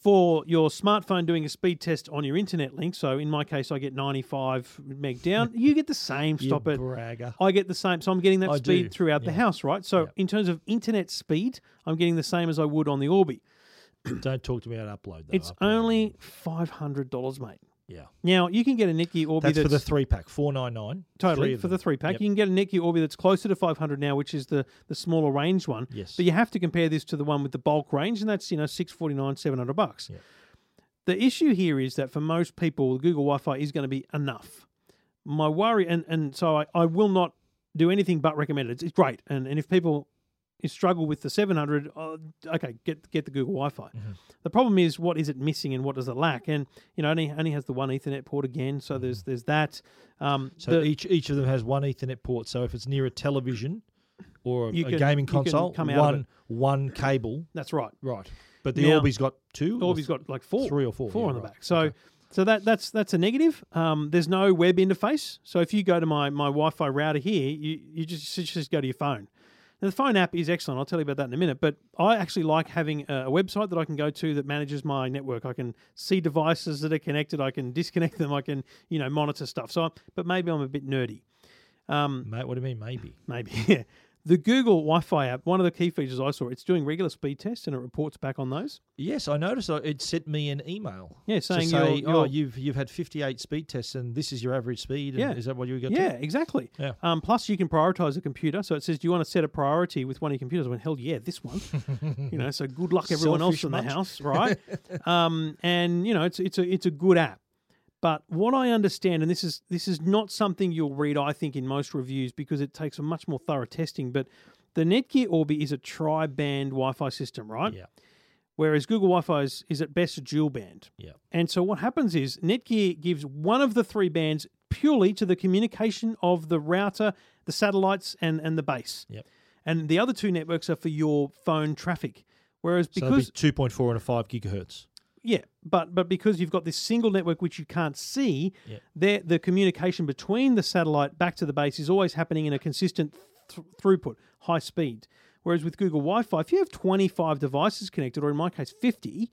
[SPEAKER 2] For your smartphone doing a speed test on your internet link, so in my case, I get 95 meg down. You get the same,
[SPEAKER 1] You
[SPEAKER 2] stop it.
[SPEAKER 1] bragger.
[SPEAKER 2] I get the same. So I'm getting that
[SPEAKER 1] I
[SPEAKER 2] speed
[SPEAKER 1] do,
[SPEAKER 2] throughout the
[SPEAKER 1] yeah.
[SPEAKER 2] house, right? So in terms of internet speed, I'm getting the same as I would on the Orbi.
[SPEAKER 1] Don't talk to me about upload. Though.
[SPEAKER 2] It's
[SPEAKER 1] Upload.
[SPEAKER 2] only $500, mate.
[SPEAKER 1] yeah.
[SPEAKER 2] Now, you can get a Nikki Orbi
[SPEAKER 1] That's for the
[SPEAKER 2] that's-
[SPEAKER 1] three pack, four nine nine.
[SPEAKER 2] Totally for the three pack, you can get a Nikki Orbi that's closer to 500 now, which is the the smaller range one.
[SPEAKER 1] Yes.
[SPEAKER 2] but you have to compare this to the one with the bulk range, and that's you know 649, 700 bucks.
[SPEAKER 1] Yep.
[SPEAKER 2] The issue here is that for most people, Google Wi-Fi is going to be enough. My worry, and and so I, I will not do anything but recommend it. It's, it's great, and and if people struggle with the 700, uh, okay, get get the Google Wi-Fi.
[SPEAKER 1] Mm-hmm.
[SPEAKER 2] The problem is what is it missing and what does it lack? And you know, only only has the one Ethernet port again, so there's there's that. Um,
[SPEAKER 1] Mm-hmm. So
[SPEAKER 2] the-
[SPEAKER 1] each each of them has one Ethernet port. So if it's near a television or a,
[SPEAKER 2] You
[SPEAKER 1] a
[SPEAKER 2] can-
[SPEAKER 1] gaming
[SPEAKER 2] you can
[SPEAKER 1] console,
[SPEAKER 2] come out of
[SPEAKER 1] one one cable.
[SPEAKER 2] That's right.
[SPEAKER 1] Right. But the
[SPEAKER 2] Now-
[SPEAKER 1] Orbi's got two. or
[SPEAKER 2] Orbi's got like four,
[SPEAKER 1] Three or four,
[SPEAKER 2] four
[SPEAKER 1] yeah,
[SPEAKER 2] on the
[SPEAKER 1] right,
[SPEAKER 2] back. So, so that that's that's a negative. Um, there's no web interface. So if you go to my my Wi-Fi router here, you you just you just go to your phone. Now the phone app is excellent. I'll tell you about that in a minute. But I actually like having a a website that I can go to that manages my network. I can see devices that are connected. I can disconnect them. I can you know monitor stuff. So, I- but maybe I'm a bit nerdy.
[SPEAKER 1] Ma- what do you mean? Maybe.
[SPEAKER 2] Maybe yeah. The Google Wi-Fi app. One of the key features I saw. It's doing regular speed tests and it reports back on those.
[SPEAKER 1] Yes, I noticed. I- It sent me an email.
[SPEAKER 2] Yeah,
[SPEAKER 1] to
[SPEAKER 2] saying
[SPEAKER 1] say,
[SPEAKER 2] you're-
[SPEAKER 1] oh,
[SPEAKER 2] you're-
[SPEAKER 1] you've you've had fifty eight speed tests, and this is your average speed. And
[SPEAKER 2] Yeah.
[SPEAKER 1] Is that what you got?
[SPEAKER 2] Yeah,
[SPEAKER 1] To?
[SPEAKER 2] exactly.
[SPEAKER 1] Yeah.
[SPEAKER 2] Um, plus, you can prioritize a computer. So it says, do you want to set a priority with one of your computers? I went, hell yeah, this one. you know, so good luck everyone else
[SPEAKER 1] Selfish
[SPEAKER 2] in the
[SPEAKER 1] much?
[SPEAKER 2] house, right? um, and you know, it's it's a it's a good app. But what I understand, and this is this is not something you'll read, I think, in most reviews because it takes a much more thorough testing. But the Netgear Orbi is a tri-band Wi-Fi system, right?
[SPEAKER 1] Yeah.
[SPEAKER 2] Whereas Google Wi-Fi is, is at best a dual band.
[SPEAKER 1] Yeah.
[SPEAKER 2] And so what happens is Netgear gives one of the three bands purely to the communication of the router, the satellites, and, and the base.
[SPEAKER 1] Yep.
[SPEAKER 2] And the other two networks are for your phone traffic. Whereas
[SPEAKER 1] So it'd be
[SPEAKER 2] because
[SPEAKER 1] two point four and a five gigahertz.
[SPEAKER 2] yeah, but but because you've got this single network which you can't see,
[SPEAKER 1] Yeah.
[SPEAKER 2] there the communication between the satellite back to the base is always happening in a consistent th- throughput, high speed. Whereas with Google Wi-Fi, if you have 25 devices connected, or in my case 50,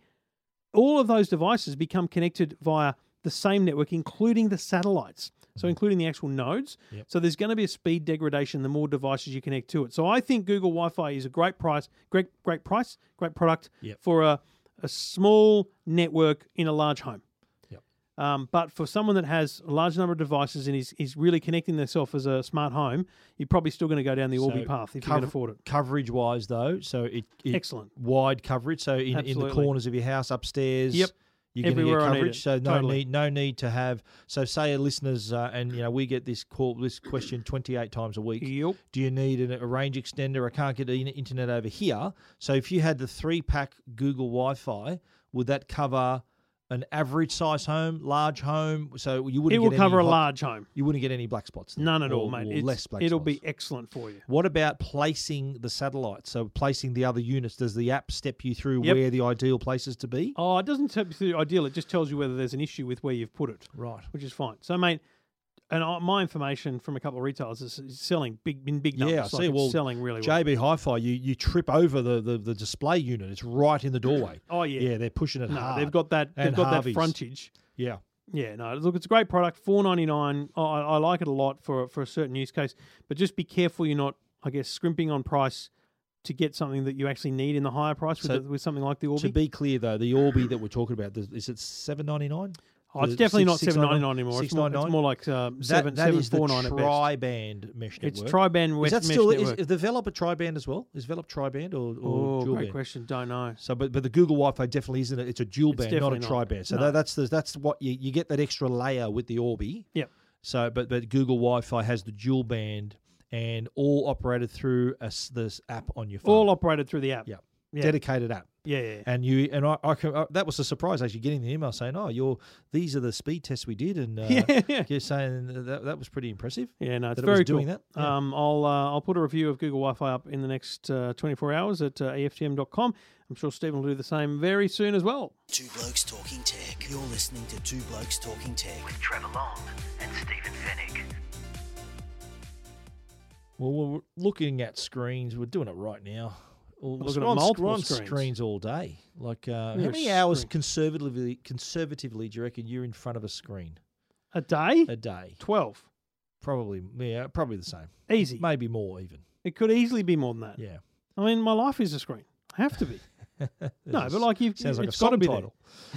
[SPEAKER 2] all of those devices become connected via the same network, including the satellites. So, including the actual nodes.
[SPEAKER 1] Mm-hmm. Yep.
[SPEAKER 2] So, there's going to be a speed degradation the more devices you connect to it. So, I think Google Wi-Fi is a great price, great great price, great product
[SPEAKER 1] Yep.
[SPEAKER 2] for a, a small network in a large home.
[SPEAKER 1] Yep.
[SPEAKER 2] Um, but for someone that has a large number of devices and is, is really connecting themselves as a smart home, you're probably still going to go down the Orbi
[SPEAKER 1] So
[SPEAKER 2] path if you
[SPEAKER 1] cover-
[SPEAKER 2] can afford it.
[SPEAKER 1] Coverage wise, though, so it, it
[SPEAKER 2] Excellent.
[SPEAKER 1] wide coverage. So in, in the
[SPEAKER 2] Absolutely.
[SPEAKER 1] corners of your house, upstairs.
[SPEAKER 2] Yep.
[SPEAKER 1] You're going to get
[SPEAKER 2] Everywhere I need
[SPEAKER 1] coverage,
[SPEAKER 2] it.
[SPEAKER 1] so no
[SPEAKER 2] Totally.
[SPEAKER 1] need no need to have. So say a listeners, uh, and you know we get this call, this question twenty eight times a week.
[SPEAKER 2] Yep.
[SPEAKER 1] Do you need an, a range extender? I can't get in- internet over here. So if you had the three pack Google Wi Fi, would that cover an average size home, large home? So you
[SPEAKER 2] It
[SPEAKER 1] wouldn't
[SPEAKER 2] will
[SPEAKER 1] get any
[SPEAKER 2] cover a
[SPEAKER 1] hot-
[SPEAKER 2] large home.
[SPEAKER 1] You wouldn't get any black spots. then,
[SPEAKER 2] None at all,
[SPEAKER 1] or-
[SPEAKER 2] mate.
[SPEAKER 1] or
[SPEAKER 2] It's-
[SPEAKER 1] less black
[SPEAKER 2] it'll
[SPEAKER 1] spots.
[SPEAKER 2] be excellent for you.
[SPEAKER 1] What about placing the satellites? So placing the other units. Does the app step you through
[SPEAKER 2] Yep.
[SPEAKER 1] where the ideal places to be?
[SPEAKER 2] Oh, it doesn't tell you the ideal. It just tells you whether there's an issue with where you've put it,
[SPEAKER 1] Right.
[SPEAKER 2] which is fine. So, mate, and I- my information from a couple of retailers is it's selling big in big numbers.
[SPEAKER 1] Yeah, I
[SPEAKER 2] Like,
[SPEAKER 1] see.
[SPEAKER 2] it's
[SPEAKER 1] Well,
[SPEAKER 2] selling really well.
[SPEAKER 1] JB Hi-Fi, you, you trip over the, the, the display unit. It's right in the doorway.
[SPEAKER 2] Oh, yeah.
[SPEAKER 1] yeah. They're pushing it
[SPEAKER 2] No,
[SPEAKER 1] hard.
[SPEAKER 2] they've got that. They've
[SPEAKER 1] Ah, And
[SPEAKER 2] got
[SPEAKER 1] Harveys.
[SPEAKER 2] that frontage.
[SPEAKER 1] yeah.
[SPEAKER 2] Yeah, no. Look, it's a great product. Four ninety nine. I, I like it a lot for for a certain use case. But just be careful you're not, I guess, scrimping on price to get something that you actually need in the higher price with,
[SPEAKER 1] So-
[SPEAKER 2] the- with something like the
[SPEAKER 1] To
[SPEAKER 2] Orbi.
[SPEAKER 1] be clear, though, the Orbi that we're talking about th- is it seven ninety nine?
[SPEAKER 2] oh, it's
[SPEAKER 1] the
[SPEAKER 2] definitely
[SPEAKER 1] six-
[SPEAKER 2] not
[SPEAKER 1] six
[SPEAKER 2] seven ninety
[SPEAKER 1] nine nine?
[SPEAKER 2] nine anymore. It's
[SPEAKER 1] Six
[SPEAKER 2] more,
[SPEAKER 1] nine
[SPEAKER 2] it's
[SPEAKER 1] nine?
[SPEAKER 2] more like uh, seven
[SPEAKER 1] that
[SPEAKER 2] seven
[SPEAKER 1] is the
[SPEAKER 2] four nine at best.
[SPEAKER 1] tri-band mesh
[SPEAKER 2] It's
[SPEAKER 1] network.
[SPEAKER 2] tri-band
[SPEAKER 1] Is
[SPEAKER 2] mesh
[SPEAKER 1] that still is,
[SPEAKER 2] network.
[SPEAKER 1] is develop a tri-band as well? Is develop tri-band or, or
[SPEAKER 2] oh,
[SPEAKER 1] dual
[SPEAKER 2] great
[SPEAKER 1] band?
[SPEAKER 2] question. Don't know.
[SPEAKER 1] So, but but the Google Wi-Fi definitely isn't. A, it's a dual
[SPEAKER 2] It's
[SPEAKER 1] band, not a
[SPEAKER 2] definitely not.
[SPEAKER 1] tri-band. So
[SPEAKER 2] No.
[SPEAKER 1] that, that's the, that's what you, you get that extra layer with the Orbi.
[SPEAKER 2] Yep.
[SPEAKER 1] So, but but Google Wi-Fi has the dual band and all operated through a s this app on your phone.
[SPEAKER 2] All operated through the app.
[SPEAKER 1] yeah.
[SPEAKER 2] Yeah.
[SPEAKER 1] dedicated app.
[SPEAKER 2] Yeah, yeah, yeah.
[SPEAKER 1] And you and I, I, can- uh, that was a surprise actually getting the email saying, "Oh, you're these are the speed tests we did," and uh,
[SPEAKER 2] Yeah, yeah.
[SPEAKER 1] you're saying that that was pretty impressive.
[SPEAKER 2] Yeah, no, it's
[SPEAKER 1] that it was
[SPEAKER 2] very
[SPEAKER 1] doing
[SPEAKER 2] cool.
[SPEAKER 1] that. Yeah.
[SPEAKER 2] Um, I'll uh, I'll put a review of Google Wi-Fi up in the next uh, 24 hours at uh, aftm.com. I'm sure Stephen will do the same very soon as well.
[SPEAKER 3] Two Blokes Talking Tech. You're listening to Two Blokes Talking Tech.
[SPEAKER 4] with Trevor Long and Stephen Finnick.
[SPEAKER 1] Well, we're looking at screens. We're doing it right now. Well,
[SPEAKER 2] looking at
[SPEAKER 1] on-
[SPEAKER 2] multiple
[SPEAKER 1] we're on
[SPEAKER 2] screens.
[SPEAKER 1] all day. Like, uh, how
[SPEAKER 2] Yeah,
[SPEAKER 1] many hours
[SPEAKER 2] screen-
[SPEAKER 1] conservatively, conservatively, do you reckon you're in front of a screen
[SPEAKER 2] A day,
[SPEAKER 1] a day?
[SPEAKER 2] 12,
[SPEAKER 1] Probably, yeah, probably the same.
[SPEAKER 2] easy.
[SPEAKER 1] Maybe more even.
[SPEAKER 2] It could easily be more than that.
[SPEAKER 1] Yeah.
[SPEAKER 2] I mean, my life is a screen. I have to be. no, but
[SPEAKER 1] This
[SPEAKER 2] like you've,
[SPEAKER 1] sounds like
[SPEAKER 2] it's
[SPEAKER 1] a
[SPEAKER 2] got to
[SPEAKER 1] song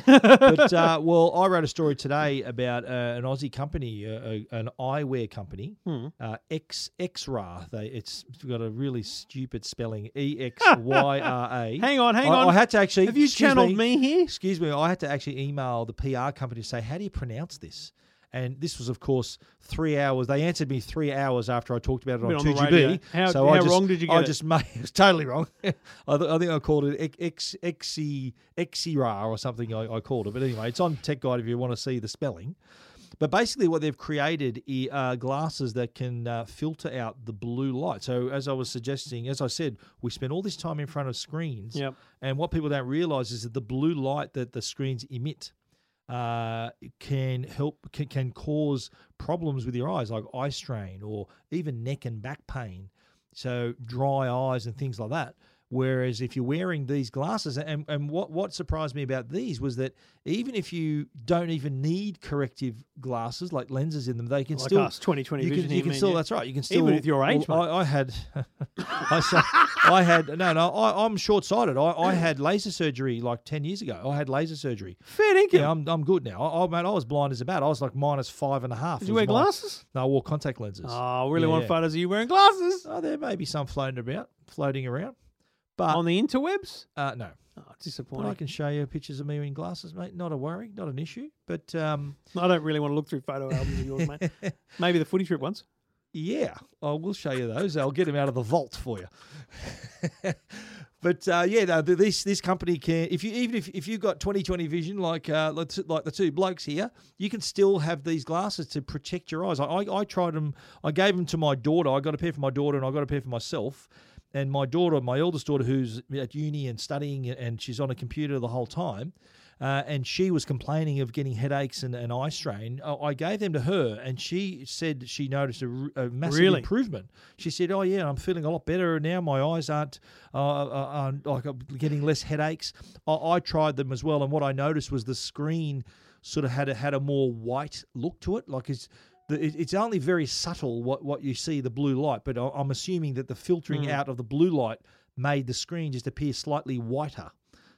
[SPEAKER 2] be there.
[SPEAKER 1] title. but uh, well, I wrote a story today about uh, an Aussie company, uh, uh, an eyewear company,
[SPEAKER 2] Hmm.
[SPEAKER 1] uh, X Xra. They it's got a really stupid spelling, E X Y R A.
[SPEAKER 2] Hang on, hang
[SPEAKER 1] I-
[SPEAKER 2] on.
[SPEAKER 1] I had to actually.
[SPEAKER 2] Have you
[SPEAKER 1] excuse
[SPEAKER 2] channeled me here?
[SPEAKER 1] Excuse me. I had to actually email the PR company to say, how do you pronounce this? And this was, of course, three hours. They answered me three hours after I talked about it
[SPEAKER 2] Been
[SPEAKER 1] on
[SPEAKER 2] on the
[SPEAKER 1] 2GB.
[SPEAKER 2] radio. How-
[SPEAKER 1] so
[SPEAKER 2] how
[SPEAKER 1] I just,
[SPEAKER 2] wrong did you
[SPEAKER 1] I
[SPEAKER 2] get it?
[SPEAKER 1] just made it was totally wrong. I, th- I think I called it X X Xi- Xira or something. I, I called it, but anyway, it's on Tech Guide if you want to see the spelling. But basically, what they've created i- are glasses that can uh, filter out the blue light. So, as I was suggesting, as I said, we spend all this time in front of screens,
[SPEAKER 2] Yep.
[SPEAKER 1] and what people don't realize is that the blue light that the screens emit uh, can help can, can cause problems with your eyes like eye strain or even neck and back pain so dry eyes and things like that whereas if you're wearing these glasses and, and what, what surprised me about these was that even if you don't even need corrective glasses like lenses in them they can
[SPEAKER 2] Like
[SPEAKER 1] still
[SPEAKER 2] us, 20/20
[SPEAKER 1] you
[SPEAKER 2] vision
[SPEAKER 1] can, you
[SPEAKER 2] here,
[SPEAKER 1] can
[SPEAKER 2] man,
[SPEAKER 1] still
[SPEAKER 2] yeah.
[SPEAKER 1] that's right you can still
[SPEAKER 2] with your age,
[SPEAKER 1] well, I, I had I, sa- I had no no I, i'm short-sighted I, I had laser surgery like 10 years ago i had laser surgery
[SPEAKER 2] Fair dinkum.
[SPEAKER 1] yeah, I'm, I'm good now. I, I, mate, I was blind as a bat. I was like minus five and a half.
[SPEAKER 2] Did
[SPEAKER 1] It
[SPEAKER 2] you
[SPEAKER 1] was
[SPEAKER 2] wear
[SPEAKER 1] my-
[SPEAKER 2] glasses?
[SPEAKER 1] No, I wore contact lenses.
[SPEAKER 2] Oh, I really
[SPEAKER 1] Yeah,
[SPEAKER 2] want
[SPEAKER 1] yeah.
[SPEAKER 2] photos of you wearing glasses
[SPEAKER 1] Oh, there may be some floating about, floating around, but
[SPEAKER 2] on the interwebs.
[SPEAKER 1] uh, no.
[SPEAKER 2] Oh,
[SPEAKER 1] But I
[SPEAKER 2] disappointing.
[SPEAKER 1] can show you pictures of me in glasses, mate. Not a worry, not an issue. But um,
[SPEAKER 2] I don't really want to look through photo albums of yours, mate. Maybe the footy trip ones.
[SPEAKER 1] Yeah, I will show you those. I'll get them out of the vault for you. but uh, yeah, no, th- this this company can if you even if, if you've got 20/20 vision like uh, like t- like the two blokes here, you can still have these glasses to protect your eyes. I, I I tried them. I gave them to my daughter. I got a pair for my daughter and I got a pair for myself. And my daughter, my eldest daughter, who's at uni and studying, and she's on a computer the whole time, uh, and she was complaining of getting headaches and, and eye strain. I I gave them to her, and she said she noticed a, r- a massive
[SPEAKER 2] Really?
[SPEAKER 1] improvement. She said, "Oh yeah, I'm feeling a lot better now. My eyes aren't uh, uh, uh, like I'm getting less headaches." I, I tried them as well, and what I noticed was the screen sort of had a, had a more white look to it, like it's. the- it- It's only very subtle what, what you see the blue light, but I- I'm assuming that the filtering out of the blue light made the screen just appear slightly whiter.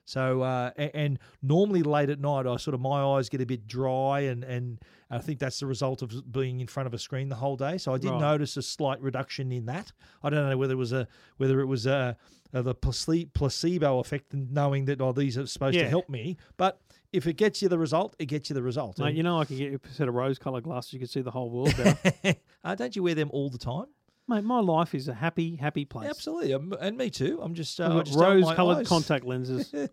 [SPEAKER 1] So uh, a- and, normally late at night, I sort of my eyes get a bit dry, and and I think that's the result of being in front of a screen the whole day. So I did
[SPEAKER 2] Right.
[SPEAKER 1] notice a slight reduction in that. I don't know whether it was a whether it was a, uh the place- placebo effect, and knowing that oh these are supposed
[SPEAKER 2] Yeah.
[SPEAKER 1] to help me, but if it gets you the result, it gets you the result.
[SPEAKER 2] Mate,
[SPEAKER 1] And-
[SPEAKER 2] you know I can get you a set of rose-coloured glasses. You can see the whole world better.
[SPEAKER 1] uh, don't you wear them all the time?
[SPEAKER 2] Mate, my life is a happy, happy place.
[SPEAKER 1] Absolutely, Um, and me too. I'm just uh, I
[SPEAKER 2] I've
[SPEAKER 1] just
[SPEAKER 2] got
[SPEAKER 1] don't want my
[SPEAKER 2] rose-coloured
[SPEAKER 1] eyes-
[SPEAKER 2] contact lenses.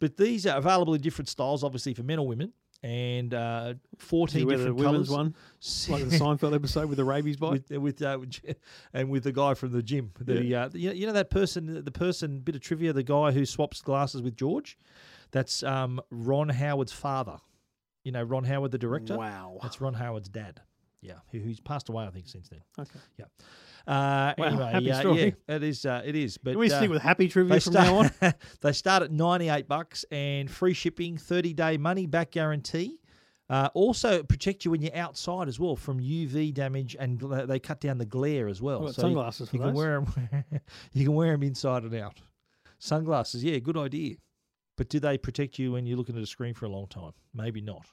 [SPEAKER 1] But these are available in different styles, obviously for men or women, and uh,
[SPEAKER 2] Do you
[SPEAKER 1] fourteen
[SPEAKER 2] wear the
[SPEAKER 1] different
[SPEAKER 2] women's
[SPEAKER 1] colours.
[SPEAKER 2] one? Like the Seinfeld episode with the rabies bite?
[SPEAKER 1] with with uh, with J- and with the guy from the gym. The uh, you, know, you know that person, the person. Bit of trivia: the guy who swaps glasses with George. That's um, Ron Howard's father. You know Ron Howard, the director.
[SPEAKER 2] Wow.
[SPEAKER 1] that's Ron Howard's dad. Yeah, who, who's passed away, I think, since then.
[SPEAKER 2] Okay.
[SPEAKER 1] Yeah. Uh,
[SPEAKER 2] Wow,
[SPEAKER 1] anyway,
[SPEAKER 2] happy
[SPEAKER 1] uh,
[SPEAKER 2] story.
[SPEAKER 1] yeah, it is. Uh, it is. But
[SPEAKER 2] Can we
[SPEAKER 1] uh,
[SPEAKER 2] stick with happy trivia from now on?
[SPEAKER 1] they start at 98 bucks and free shipping, 30 day money back guarantee. Uh, also protect you when you're outside as well from UV damage, and gla- they cut down the glare as well.
[SPEAKER 2] I've got
[SPEAKER 1] you-
[SPEAKER 2] sunglasses for
[SPEAKER 1] you, can
[SPEAKER 2] those.
[SPEAKER 1] wear 'em- you can wear them inside and out. Sunglasses, yeah, good idea. But do they protect you when you're looking at a screen for a long time? Maybe not.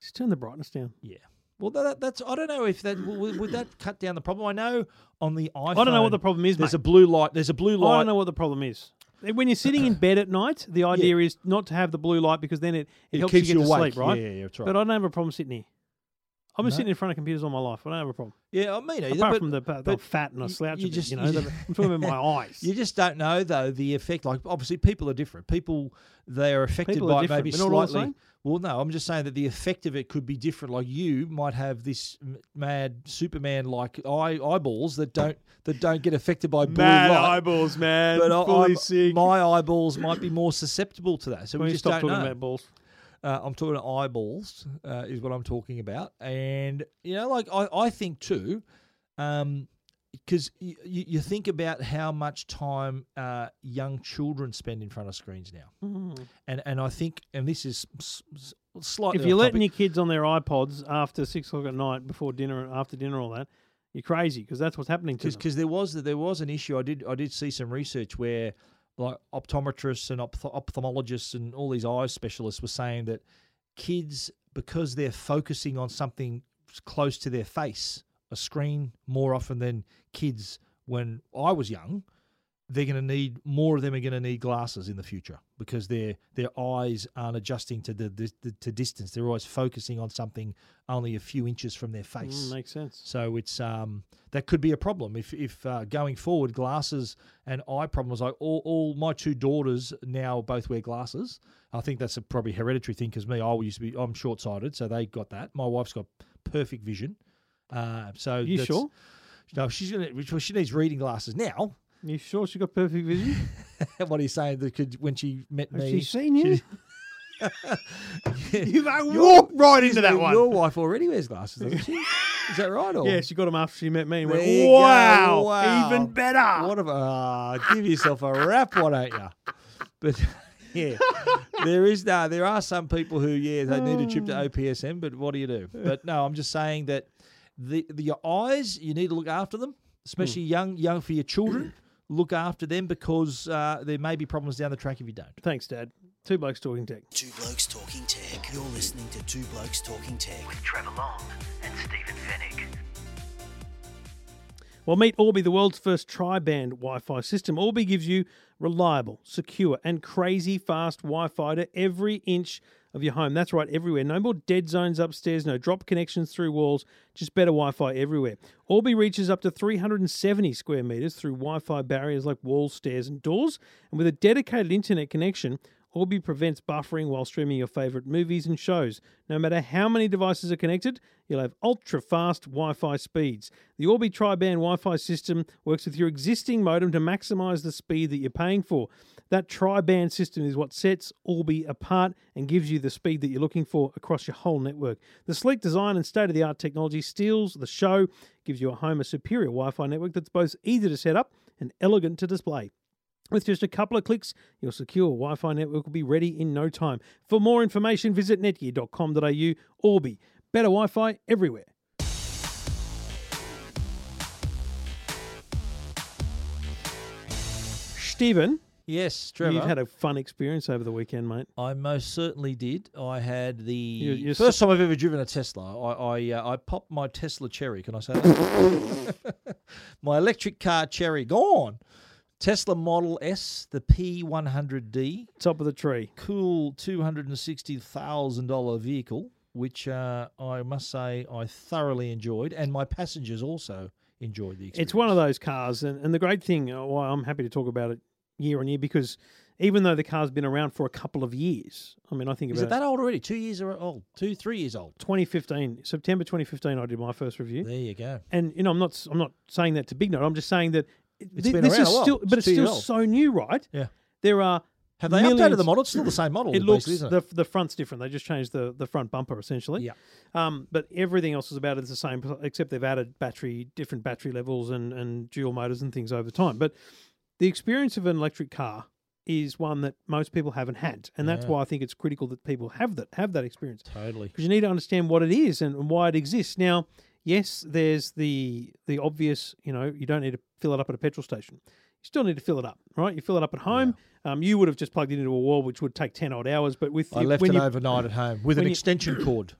[SPEAKER 2] Just turn the brightness down.
[SPEAKER 1] Yeah. Well, that, that's I don't know if that w- w- would that cut down the problem. I know on the iPhone.
[SPEAKER 2] I don't know what the problem is,
[SPEAKER 1] There's
[SPEAKER 2] mate.
[SPEAKER 1] a blue light. There's a blue
[SPEAKER 2] I
[SPEAKER 1] light.
[SPEAKER 2] don't know what the problem is. When you're sitting in bed at night, the idea is not to have the blue light because then it, it,
[SPEAKER 1] It
[SPEAKER 2] helps
[SPEAKER 1] keeps
[SPEAKER 2] you get
[SPEAKER 1] you
[SPEAKER 2] to
[SPEAKER 1] awake.
[SPEAKER 2] sleep, right?
[SPEAKER 1] Yeah, yeah, yeah, that's right.
[SPEAKER 2] But I don't have a problem sitting here. I've been
[SPEAKER 1] No.
[SPEAKER 2] sitting in front of computers all my life. I don't have a problem.
[SPEAKER 1] Yeah, I mean, either,
[SPEAKER 2] Apart
[SPEAKER 1] but
[SPEAKER 2] from the, the,
[SPEAKER 1] but
[SPEAKER 2] fat and
[SPEAKER 1] you-
[SPEAKER 2] I slouch
[SPEAKER 1] you
[SPEAKER 2] a bit,
[SPEAKER 1] just-
[SPEAKER 2] you know.
[SPEAKER 1] you-
[SPEAKER 2] the- I'm talking about my eyes.
[SPEAKER 1] you just don't know though the effect. Like obviously, people are different. People they are affected
[SPEAKER 2] People are
[SPEAKER 1] by it
[SPEAKER 2] different.
[SPEAKER 1] maybe
[SPEAKER 2] We're not all the
[SPEAKER 1] slightly.
[SPEAKER 2] same?
[SPEAKER 1] Well, no, I'm just saying that the effect of it could be different. Like you might have this m- mad Superman like eye eyeballs that don't that don't get affected by blue light.
[SPEAKER 2] eyeballs, man.
[SPEAKER 1] but I, I'm- my eyeballs might be more susceptible to that. So we
[SPEAKER 2] we
[SPEAKER 1] just
[SPEAKER 2] stop
[SPEAKER 1] don't
[SPEAKER 2] talking
[SPEAKER 1] know.
[SPEAKER 2] about balls.
[SPEAKER 1] Uh, I'm talking eyeballs, uh, is what I'm talking about. And, you know, like I, I think too, um, because you, you think about how much time uh, young children spend in front of screens now. And and I think, and this is s- s- slightly.
[SPEAKER 2] If you're
[SPEAKER 1] off
[SPEAKER 2] letting
[SPEAKER 1] topic.
[SPEAKER 2] your kids on their iPods after six o'clock at night, before dinner, and after dinner, all that, you're crazy because that's what's happening to them.
[SPEAKER 1] because there was there was an issue. I did I did see some research where like optometrists and opth- ophthalmologists and all these eye specialists were saying that kids because they're focusing on something s- close to their face, a screen more often than kids when I was young, they're going to need more of them are going to need glasses in the future because their their eyes aren't adjusting to the, the, the to distance. They're always focusing on something only a few inches from their face.
[SPEAKER 2] Mm, makes sense.
[SPEAKER 1] So it's um, that could be a problem if if uh, going forward glasses and eye problems. Like all, all my two daughters now both wear glasses. I think that's a probably hereditary thing because me I used to be I'm short sighted, so they got that. My wife's got perfect vision. Uh, so
[SPEAKER 2] You
[SPEAKER 1] that's-
[SPEAKER 2] sure?
[SPEAKER 1] No, she's gonna. well, She needs reading glasses now.
[SPEAKER 2] You sure she got perfect vision?
[SPEAKER 1] what are you saying? That could when she met
[SPEAKER 2] Has
[SPEAKER 1] me,
[SPEAKER 2] she seen you? You've
[SPEAKER 1] Your-
[SPEAKER 2] walked right into that
[SPEAKER 1] your,
[SPEAKER 2] one.
[SPEAKER 1] Your wife already wears glasses, doesn't she? Is that right? Or?
[SPEAKER 2] Yeah, she got him after she met me and
[SPEAKER 1] There
[SPEAKER 2] went,
[SPEAKER 1] you go.
[SPEAKER 2] wow,
[SPEAKER 1] Wow.
[SPEAKER 2] even better.
[SPEAKER 1] What a uh, give yourself a rap, why don't you? But yeah, there is no, there are some people who yeah they need a trip to OPSM, but what do you do? But no, I'm just saying that the, the your eyes you need to look after them, especially young young for your children. look after them because uh, there may be problems down the track if you don't.
[SPEAKER 2] Thanks, Dad. Two blokes talking tech.
[SPEAKER 3] Two Blokes Talking Tech. You're listening to Two Blokes Talking Tech.
[SPEAKER 4] with Trevor Long and Stephen Finnick.
[SPEAKER 2] Well, meet Orbi, the world's first tri band Wi Fi system. Orbi gives you reliable, secure, and crazy fast Wi Fi to every inch of your home. That's right, everywhere. No more dead zones upstairs, no drop connections through walls, just better Wi Fi everywhere. Orbi reaches up to 370 square metres through Wi Fi barriers like walls, stairs, and doors. And with a dedicated internet connection, Orbi prevents buffering while streaming your favourite movies and shows. No matter how many devices are connected, you'll have ultra fast Wi Fi speeds. The Orbi tri band Wi Fi system works with your existing modem to maximise the speed that you're paying for. That tri band system is what sets Orbi apart and gives you the speed that you're looking for across your whole network. The sleek design and state of the art technology steals the show, gives your home a superior Wi Fi network that's both easy to set up and elegant to display. With just a couple of clicks, your secure Wi Fi network will be ready in no time. For more information, visit netgear.com.au. Orbi, better Wi Fi everywhere. Stephen,
[SPEAKER 1] Yes, Trevor.
[SPEAKER 2] you've had a fun experience over the weekend, mate.
[SPEAKER 1] I most certainly did. I had the
[SPEAKER 2] you s-
[SPEAKER 1] first time I've ever driven a Tesla. I I, uh, I popped my Tesla Cherry. Can I say that? my electric car Cherry gone. Tesla Model S, the P100D,
[SPEAKER 2] Top of the tree.
[SPEAKER 1] cool two hundred and sixty thousand dollar vehicle, which uh, I must say I thoroughly enjoyed, and my passengers also enjoyed the experience.
[SPEAKER 2] It's one of those cars, and, and the great thing uh, why I'm happy to talk about it year on year because even though the car's been around for a couple of years, I mean, I think
[SPEAKER 1] Is
[SPEAKER 2] about
[SPEAKER 1] it that old already? Two years old, two three years old.
[SPEAKER 2] 2015, September 2015, I did my first review.
[SPEAKER 1] There you go.
[SPEAKER 2] and you know, I'm not I'm not saying that to big note. I'm just saying that thi-
[SPEAKER 1] been
[SPEAKER 2] this
[SPEAKER 1] around
[SPEAKER 2] is
[SPEAKER 1] a while.
[SPEAKER 2] still, but
[SPEAKER 1] It's
[SPEAKER 2] it's,
[SPEAKER 1] two years
[SPEAKER 2] still
[SPEAKER 1] old.
[SPEAKER 2] so new, right?
[SPEAKER 1] Yeah.
[SPEAKER 2] There are
[SPEAKER 1] Have they updated
[SPEAKER 2] millions-
[SPEAKER 1] the model? It's still the same model.
[SPEAKER 2] It looks
[SPEAKER 1] basically, isn't it?
[SPEAKER 2] the the front's different. They just changed the the front bumper essentially.
[SPEAKER 1] Yeah.
[SPEAKER 2] Um, but everything else is about it's the same, except they've added battery, different battery levels, and and dual motors and things over time. But the experience of an electric car is one that most people haven't had, and that's
[SPEAKER 1] Yeah.
[SPEAKER 2] why I think it's critical that people have that have that experience
[SPEAKER 1] Totally.
[SPEAKER 2] because you need to understand what it is and why it exists. Now, yes, there's the the obvious, you know, you don't need to fill it up at a petrol station. You still need to fill it up, right? You fill it up at home. Um, you would have just plugged it into a wall, which would take ten odd hours. But with
[SPEAKER 1] I
[SPEAKER 2] you-
[SPEAKER 1] left
[SPEAKER 2] when
[SPEAKER 1] it
[SPEAKER 2] you
[SPEAKER 1] overnight at home with
[SPEAKER 2] when
[SPEAKER 1] an
[SPEAKER 2] you-
[SPEAKER 1] extension cord.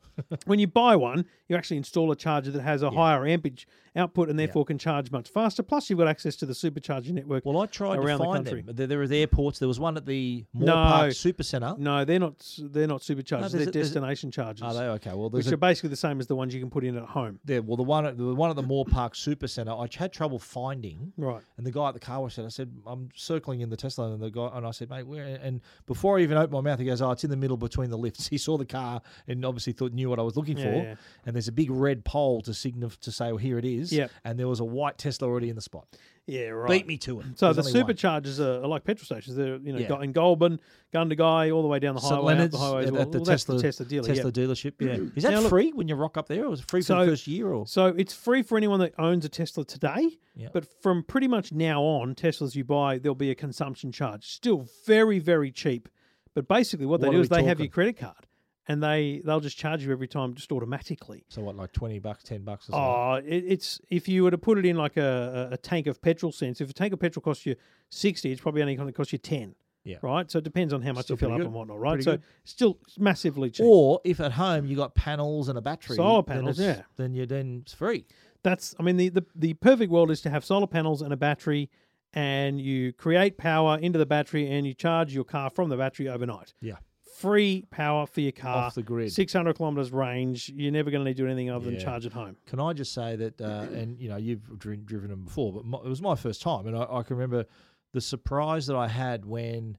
[SPEAKER 2] when you buy one, you actually install a charger that has a higher ampage output and therefore can charge much faster. Plus, you've got access to the supercharger network.
[SPEAKER 1] Well, I tried
[SPEAKER 2] around the
[SPEAKER 1] to find
[SPEAKER 2] country.
[SPEAKER 1] them. There, there was airports. There was one at the Moore
[SPEAKER 2] No.
[SPEAKER 1] Park Super Centre.
[SPEAKER 2] no, they're not. s- They're not superchargers.
[SPEAKER 1] there's
[SPEAKER 2] they're
[SPEAKER 1] a- there's a-
[SPEAKER 2] destination chargers,
[SPEAKER 1] Are they okay? Well,
[SPEAKER 2] which
[SPEAKER 1] there's a,
[SPEAKER 2] are basically the same as the ones you can put in at home.
[SPEAKER 1] there. Well, the one at the one at the Moore Park Super Centre. I had trouble finding.
[SPEAKER 2] Right.
[SPEAKER 1] And the guy at the car wash said, "I said I'm circling in the Tesla." And the guy and I said, "Mate, where?" And before I even opened my mouth, he goes, "Oh, it's in the middle between the lifts." He saw the car and obviously thought knew what I was looking
[SPEAKER 2] Yeah,
[SPEAKER 1] for.
[SPEAKER 2] yeah.
[SPEAKER 1] And there's a big red pole to signal to say, well, "Here it is."
[SPEAKER 2] Yep.
[SPEAKER 1] And there was a white Tesla already in the spot.
[SPEAKER 2] Yeah. Right.
[SPEAKER 1] Beat me to it.
[SPEAKER 2] So
[SPEAKER 1] There's
[SPEAKER 2] the
[SPEAKER 1] only one.
[SPEAKER 2] superchargers are, are like petrol stations. They're you know
[SPEAKER 1] Yeah.
[SPEAKER 2] got in Goulburn, Gundagai, all the way down the
[SPEAKER 1] St.
[SPEAKER 2] highway, up
[SPEAKER 1] Leonard's
[SPEAKER 2] the highway as
[SPEAKER 1] at,
[SPEAKER 2] well.
[SPEAKER 1] at the
[SPEAKER 2] Well, that's
[SPEAKER 1] Tesla,
[SPEAKER 2] Tesla dealer. yeah.
[SPEAKER 1] Tesla dealership. Yeah, Mm. is that
[SPEAKER 2] Now look-
[SPEAKER 1] free when you rock up there, or is it free for
[SPEAKER 2] So-
[SPEAKER 1] the first year? Or
[SPEAKER 2] So it's free for anyone that owns a Tesla today.
[SPEAKER 1] Yeah.
[SPEAKER 2] But from pretty much now on, Teslas you buy, there'll be a consumption charge. Still very, very cheap. But basically, what they
[SPEAKER 1] What
[SPEAKER 2] do
[SPEAKER 1] are
[SPEAKER 2] is they
[SPEAKER 1] we
[SPEAKER 2] have your
[SPEAKER 1] talking?
[SPEAKER 2] credit card, and they they'll just charge you every time, just automatically.
[SPEAKER 1] so what, like twenty bucks, ten bucks, or something?
[SPEAKER 2] Oh, it, it's if you were to put it in like a, a a tank of petrol sense. If a tank of petrol costs you sixty, it's probably only going to cost you ten.
[SPEAKER 1] Yeah.
[SPEAKER 2] Right. So it depends on how much
[SPEAKER 1] Still
[SPEAKER 2] you fill
[SPEAKER 1] pretty
[SPEAKER 2] up
[SPEAKER 1] good.
[SPEAKER 2] and whatnot. Right.
[SPEAKER 1] Pretty
[SPEAKER 2] so
[SPEAKER 1] good.
[SPEAKER 2] still massively cheap.
[SPEAKER 1] Or if at home you got panels and a battery,
[SPEAKER 2] Solar
[SPEAKER 1] then
[SPEAKER 2] panels,
[SPEAKER 1] it's-
[SPEAKER 2] yeah.
[SPEAKER 1] then you then it's free.
[SPEAKER 2] that's I mean the, the the perfect world is to have solar panels and a battery and you create power into the battery and you charge your car from the battery overnight.
[SPEAKER 1] Yeah.
[SPEAKER 2] Free power for your car.
[SPEAKER 1] Off the grid.
[SPEAKER 2] 600 kilometers range. You're never going to need to do anything other than
[SPEAKER 1] Yeah.
[SPEAKER 2] charge at home.
[SPEAKER 1] Can I just say that, uh, and you know, you've dri- driven them before, but my, it was my first time, and I, I can remember the surprise that I had when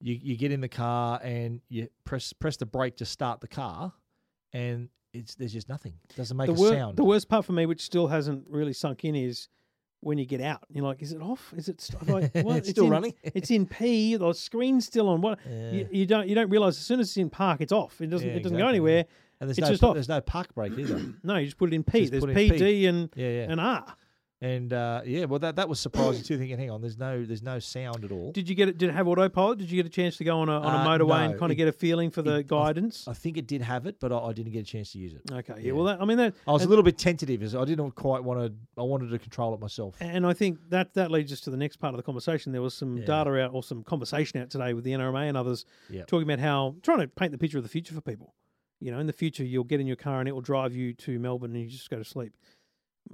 [SPEAKER 1] you, you get in the car and you press press the brake to start the car, and it's there's just nothing. doesn't make
[SPEAKER 2] The,
[SPEAKER 1] a
[SPEAKER 2] wor-
[SPEAKER 1] sound.
[SPEAKER 2] the worst part for me, which still hasn't really sunk in, is when you get out. You're like, is it off? Is it st- like, what?
[SPEAKER 1] It's still
[SPEAKER 2] in-
[SPEAKER 1] running.
[SPEAKER 2] it's in P. The screen's still on. What? You, you don't you don't realize as soon as it's in park, it's off. It doesn't
[SPEAKER 1] Yeah,
[SPEAKER 2] it doesn't go
[SPEAKER 1] exactly, yeah.
[SPEAKER 2] anywhere.
[SPEAKER 1] and there's
[SPEAKER 2] it's
[SPEAKER 1] no,
[SPEAKER 2] just
[SPEAKER 1] pa-
[SPEAKER 2] off.
[SPEAKER 1] There's no park brake either.
[SPEAKER 2] No, you just put it in P.
[SPEAKER 1] Just
[SPEAKER 2] There's
[SPEAKER 1] put
[SPEAKER 2] P,
[SPEAKER 1] in P.
[SPEAKER 2] D, and
[SPEAKER 1] Yeah, yeah.
[SPEAKER 2] and R.
[SPEAKER 1] And uh, yeah, well, that that was surprising too. Thinking, hang on, there's no there's no sound at all.
[SPEAKER 2] Did you get it? Did it have autopilot? Did you get a chance to go on a, on a
[SPEAKER 1] Uh,
[SPEAKER 2] motorway
[SPEAKER 1] no,
[SPEAKER 2] and kind of
[SPEAKER 1] it-
[SPEAKER 2] get a feeling for the guidance?
[SPEAKER 1] I think it did have it, but I, I didn't get a chance to use it.
[SPEAKER 2] okay, yeah. Well, that, I mean that,
[SPEAKER 1] I was a
[SPEAKER 2] and,
[SPEAKER 1] little bit tentative, as I didn't quite want to. I wanted to control it myself.
[SPEAKER 2] and I think that that leads us to the next part of the conversation. There was some data out or some conversation out today with the NRMA and others
[SPEAKER 1] Yep.
[SPEAKER 2] talking about how trying to paint the picture of the future for people. You know, in the future, you'll get in your car and it will drive you to Melbourne and you just go to sleep.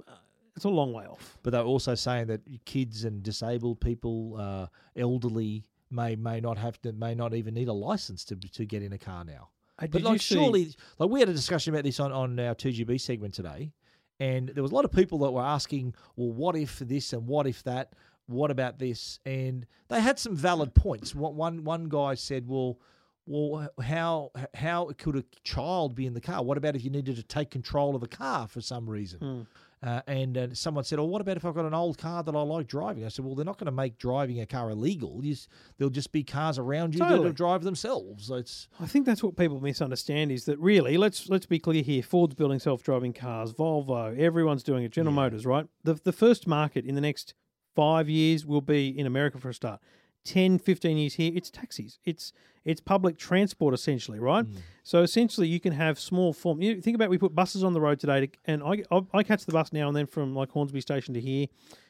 [SPEAKER 2] Uh, It's a long way off.
[SPEAKER 1] But they were also saying that kids and disabled people, uh, elderly, may may not have to, may not even need a license to to get in a car now.
[SPEAKER 2] Hey,
[SPEAKER 1] But
[SPEAKER 2] did you
[SPEAKER 1] like,
[SPEAKER 2] see-
[SPEAKER 1] surely, like we had a discussion about this on, on our 2GB segment today, and there was a lot of people that were asking, well, what if this and what if that? What about this? And they had some valid points. One one one guy said, well, well, how how could a child be in the car? What about if you needed to take control of the car for some reason?
[SPEAKER 2] Hmm.
[SPEAKER 1] Uh, and uh, someone said, "Oh, what about if I've got an old car that I like driving?" I said, "Well, they're not going to make driving a car illegal. You, s- there'll just be cars around you
[SPEAKER 2] Totally.
[SPEAKER 1] that'll drive themselves. So it's
[SPEAKER 2] I think that's what people misunderstand is that really let's let's be clear here. Ford's building self-driving cars, Volvo, everyone's doing it. General Motors, right? The the first market in the next five years will be in America for a start. 10, 15 years here, it's taxis. It's it's public transport essentially, right? So essentially, you can have small form. You think about we put buses on the road today, to, and I, I I catch the bus now and then from like Hornsby station to here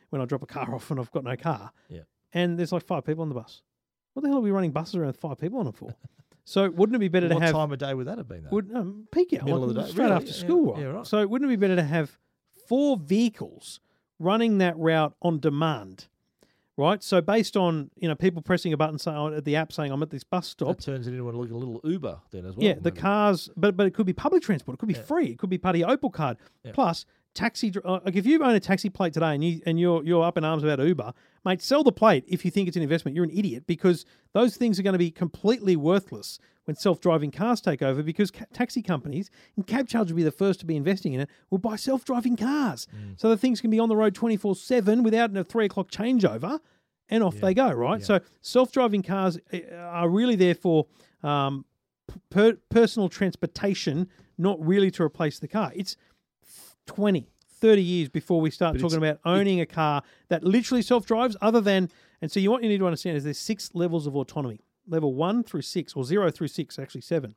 [SPEAKER 2] when I drop a car off and I've got no car.
[SPEAKER 1] Yeah.
[SPEAKER 2] And there's like five people on the bus. What the hell are we running buses around with five people on them for? So wouldn't it be better
[SPEAKER 1] what
[SPEAKER 2] to have
[SPEAKER 1] time of day would that have been? Though?
[SPEAKER 2] would um, peak hour,
[SPEAKER 1] Middle of the
[SPEAKER 2] like
[SPEAKER 1] day.
[SPEAKER 2] straight
[SPEAKER 1] Really?
[SPEAKER 2] after
[SPEAKER 1] Yeah,
[SPEAKER 2] school, right?
[SPEAKER 1] yeah, right.
[SPEAKER 2] So wouldn't it be better to have four vehicles running that route on demand, right? So based on you know people pressing a button, saying at the app saying I'm at this bus stop.
[SPEAKER 1] that turns it into a little, little Uber then as well.
[SPEAKER 2] yeah, the
[SPEAKER 1] maybe.
[SPEAKER 2] cars, but but it could be public transport. It could be free. It could be part of your Opal card. Plus taxi. dr- uh, Like if you own a taxi plate today and you and you're you're up in arms about Uber, mate, sell the plate if you think it's an investment. You're an idiot because those things are going to be completely worthless when self-driving cars take over. Because ca- taxi companies and cab charge will be the first to be investing in it. Will buy self-driving cars,
[SPEAKER 1] Mm.
[SPEAKER 2] so the things can be on the road twenty four seven without a three o'clock changeover and off they go, right? So self-driving cars eh, are really there for um, p- per- personal transportation, not really to replace the car. It's 20, 30 years before we start talking about owning a car that literally self-drives other than And so you what you need to understand is there's six levels of autonomy. Level one through six, or zero through six, actually seven.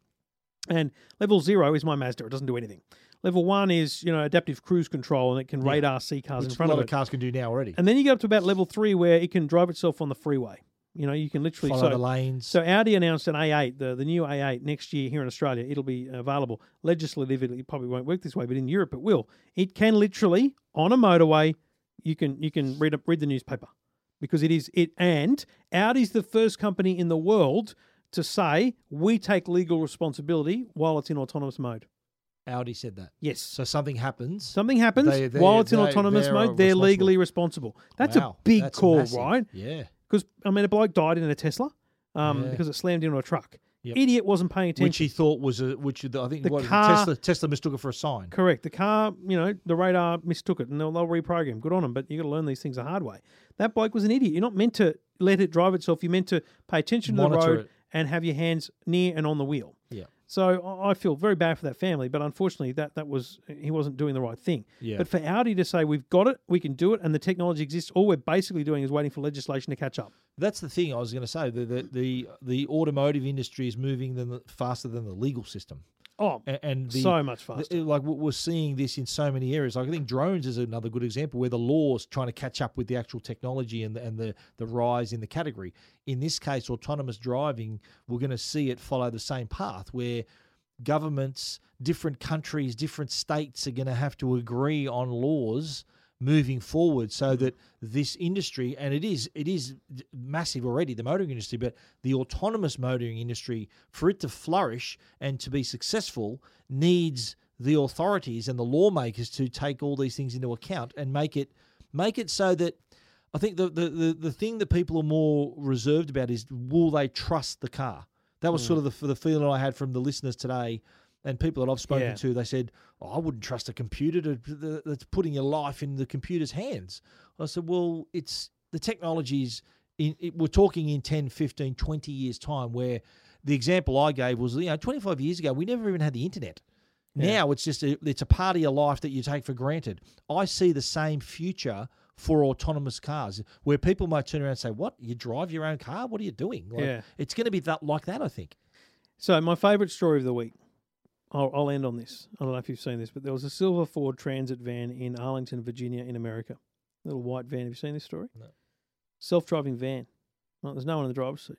[SPEAKER 2] And level zero is my Mazda; it doesn't do anything. Level one is you know adaptive cruise control, and it can radar see cars in
[SPEAKER 1] Which a
[SPEAKER 2] front
[SPEAKER 1] lot
[SPEAKER 2] of
[SPEAKER 1] of
[SPEAKER 2] it.
[SPEAKER 1] cars can do now already.
[SPEAKER 2] And then you get up to about level three where it can drive itself on the freeway. You know, you can literally
[SPEAKER 1] Follow
[SPEAKER 2] so,
[SPEAKER 1] the lanes.
[SPEAKER 2] so Audi announced an A8, the, the new A8 next year here in Australia. It'll be available. Legislatively, it probably won't work this way, but in Europe it will. It can literally on a motorway, you can you can read up read the newspaper because it is it and Audi's the first company in the world to say we take legal responsibility while it's in autonomous mode.
[SPEAKER 1] Audi said that.
[SPEAKER 2] Yes.
[SPEAKER 1] So something happens.
[SPEAKER 2] Something happens
[SPEAKER 1] They- they-
[SPEAKER 2] while it's in
[SPEAKER 1] they-
[SPEAKER 2] autonomous
[SPEAKER 1] they're
[SPEAKER 2] mode, they're
[SPEAKER 1] responsible.
[SPEAKER 2] legally responsible. That's
[SPEAKER 1] Wow,
[SPEAKER 2] a big
[SPEAKER 1] that's
[SPEAKER 2] call,
[SPEAKER 1] massive.
[SPEAKER 2] right?
[SPEAKER 1] Yeah.
[SPEAKER 2] Because I mean, a bloke died in a Tesla um,
[SPEAKER 1] Yeah.
[SPEAKER 2] because it slammed into a truck.
[SPEAKER 1] Yep.
[SPEAKER 2] Idiot wasn't paying attention.
[SPEAKER 1] Which he thought was a which the- I think
[SPEAKER 2] The
[SPEAKER 1] what,
[SPEAKER 2] car-
[SPEAKER 1] Tesla Tesla mistook it for a sign.
[SPEAKER 2] Correct. The car, you know, the radar mistook it, and they'll, they'll reprogram. Good on them, but you got to learn these things the hard way. That bike was an idiot. You're not meant to let it drive itself. You're meant to pay attention to the
[SPEAKER 1] Monitor
[SPEAKER 2] road
[SPEAKER 1] it.
[SPEAKER 2] and have your hands near and on the wheel.
[SPEAKER 1] Yeah.
[SPEAKER 2] So I I feel very bad for that family, but unfortunately, that that was he wasn't doing the right thing.
[SPEAKER 1] Yeah.
[SPEAKER 2] But for Audi to say we've got it, we can do it, and the technology exists, all we're basically doing is waiting for legislation to catch up.
[SPEAKER 1] That's the thing I was going to say. The, the the the automotive industry is moving than the, faster than the legal system,
[SPEAKER 2] Oh,
[SPEAKER 1] and, and the,
[SPEAKER 2] so much
[SPEAKER 1] the-
[SPEAKER 2] faster.
[SPEAKER 1] like we- we're seeing this in so many areas. Like I think drones is another good example where the law's trying to catch up with the actual technology and the, and the the rise in the category. In this case, autonomous driving, we're going to see it follow the same path where governments, different countries, different states are going to have to agree on laws moving forward so that this industry and it is it is massive already the motoring industry but the autonomous motoring industry for it to flourish and to be successful needs the authorities and the lawmakers to take all these things into account and make it make it so that I think the, the, the, the thing that people are more reserved about is will they trust the car? That was sort of the, the feeling I had from the listeners today and people that I've spoken
[SPEAKER 2] Yeah.
[SPEAKER 1] to. They said, oh, I wouldn't trust a computer to, th- that's putting your life in the computer's hands. I said, well, it's the technologies. In, it, we're talking in 10, 15, 20 years' time where the example I gave was, you know, 25 years ago, we never even had the internet. Now it's just a, it's a part of your life that you take for granted. I see the same future for autonomous cars where people might turn around and say, "What? You drive your own car? What are you doing?" Like,
[SPEAKER 2] Yeah.
[SPEAKER 1] it's going to be that like that. I think.
[SPEAKER 2] So my favourite story of the week. I'll, I'll end on this. I don't know if you've seen this, but there was a silver Ford Transit van in Arlington, Virginia, in America. Little white van. Have you seen this story?
[SPEAKER 1] No.
[SPEAKER 2] Self-driving van. Right, there's no one in the driver's seat.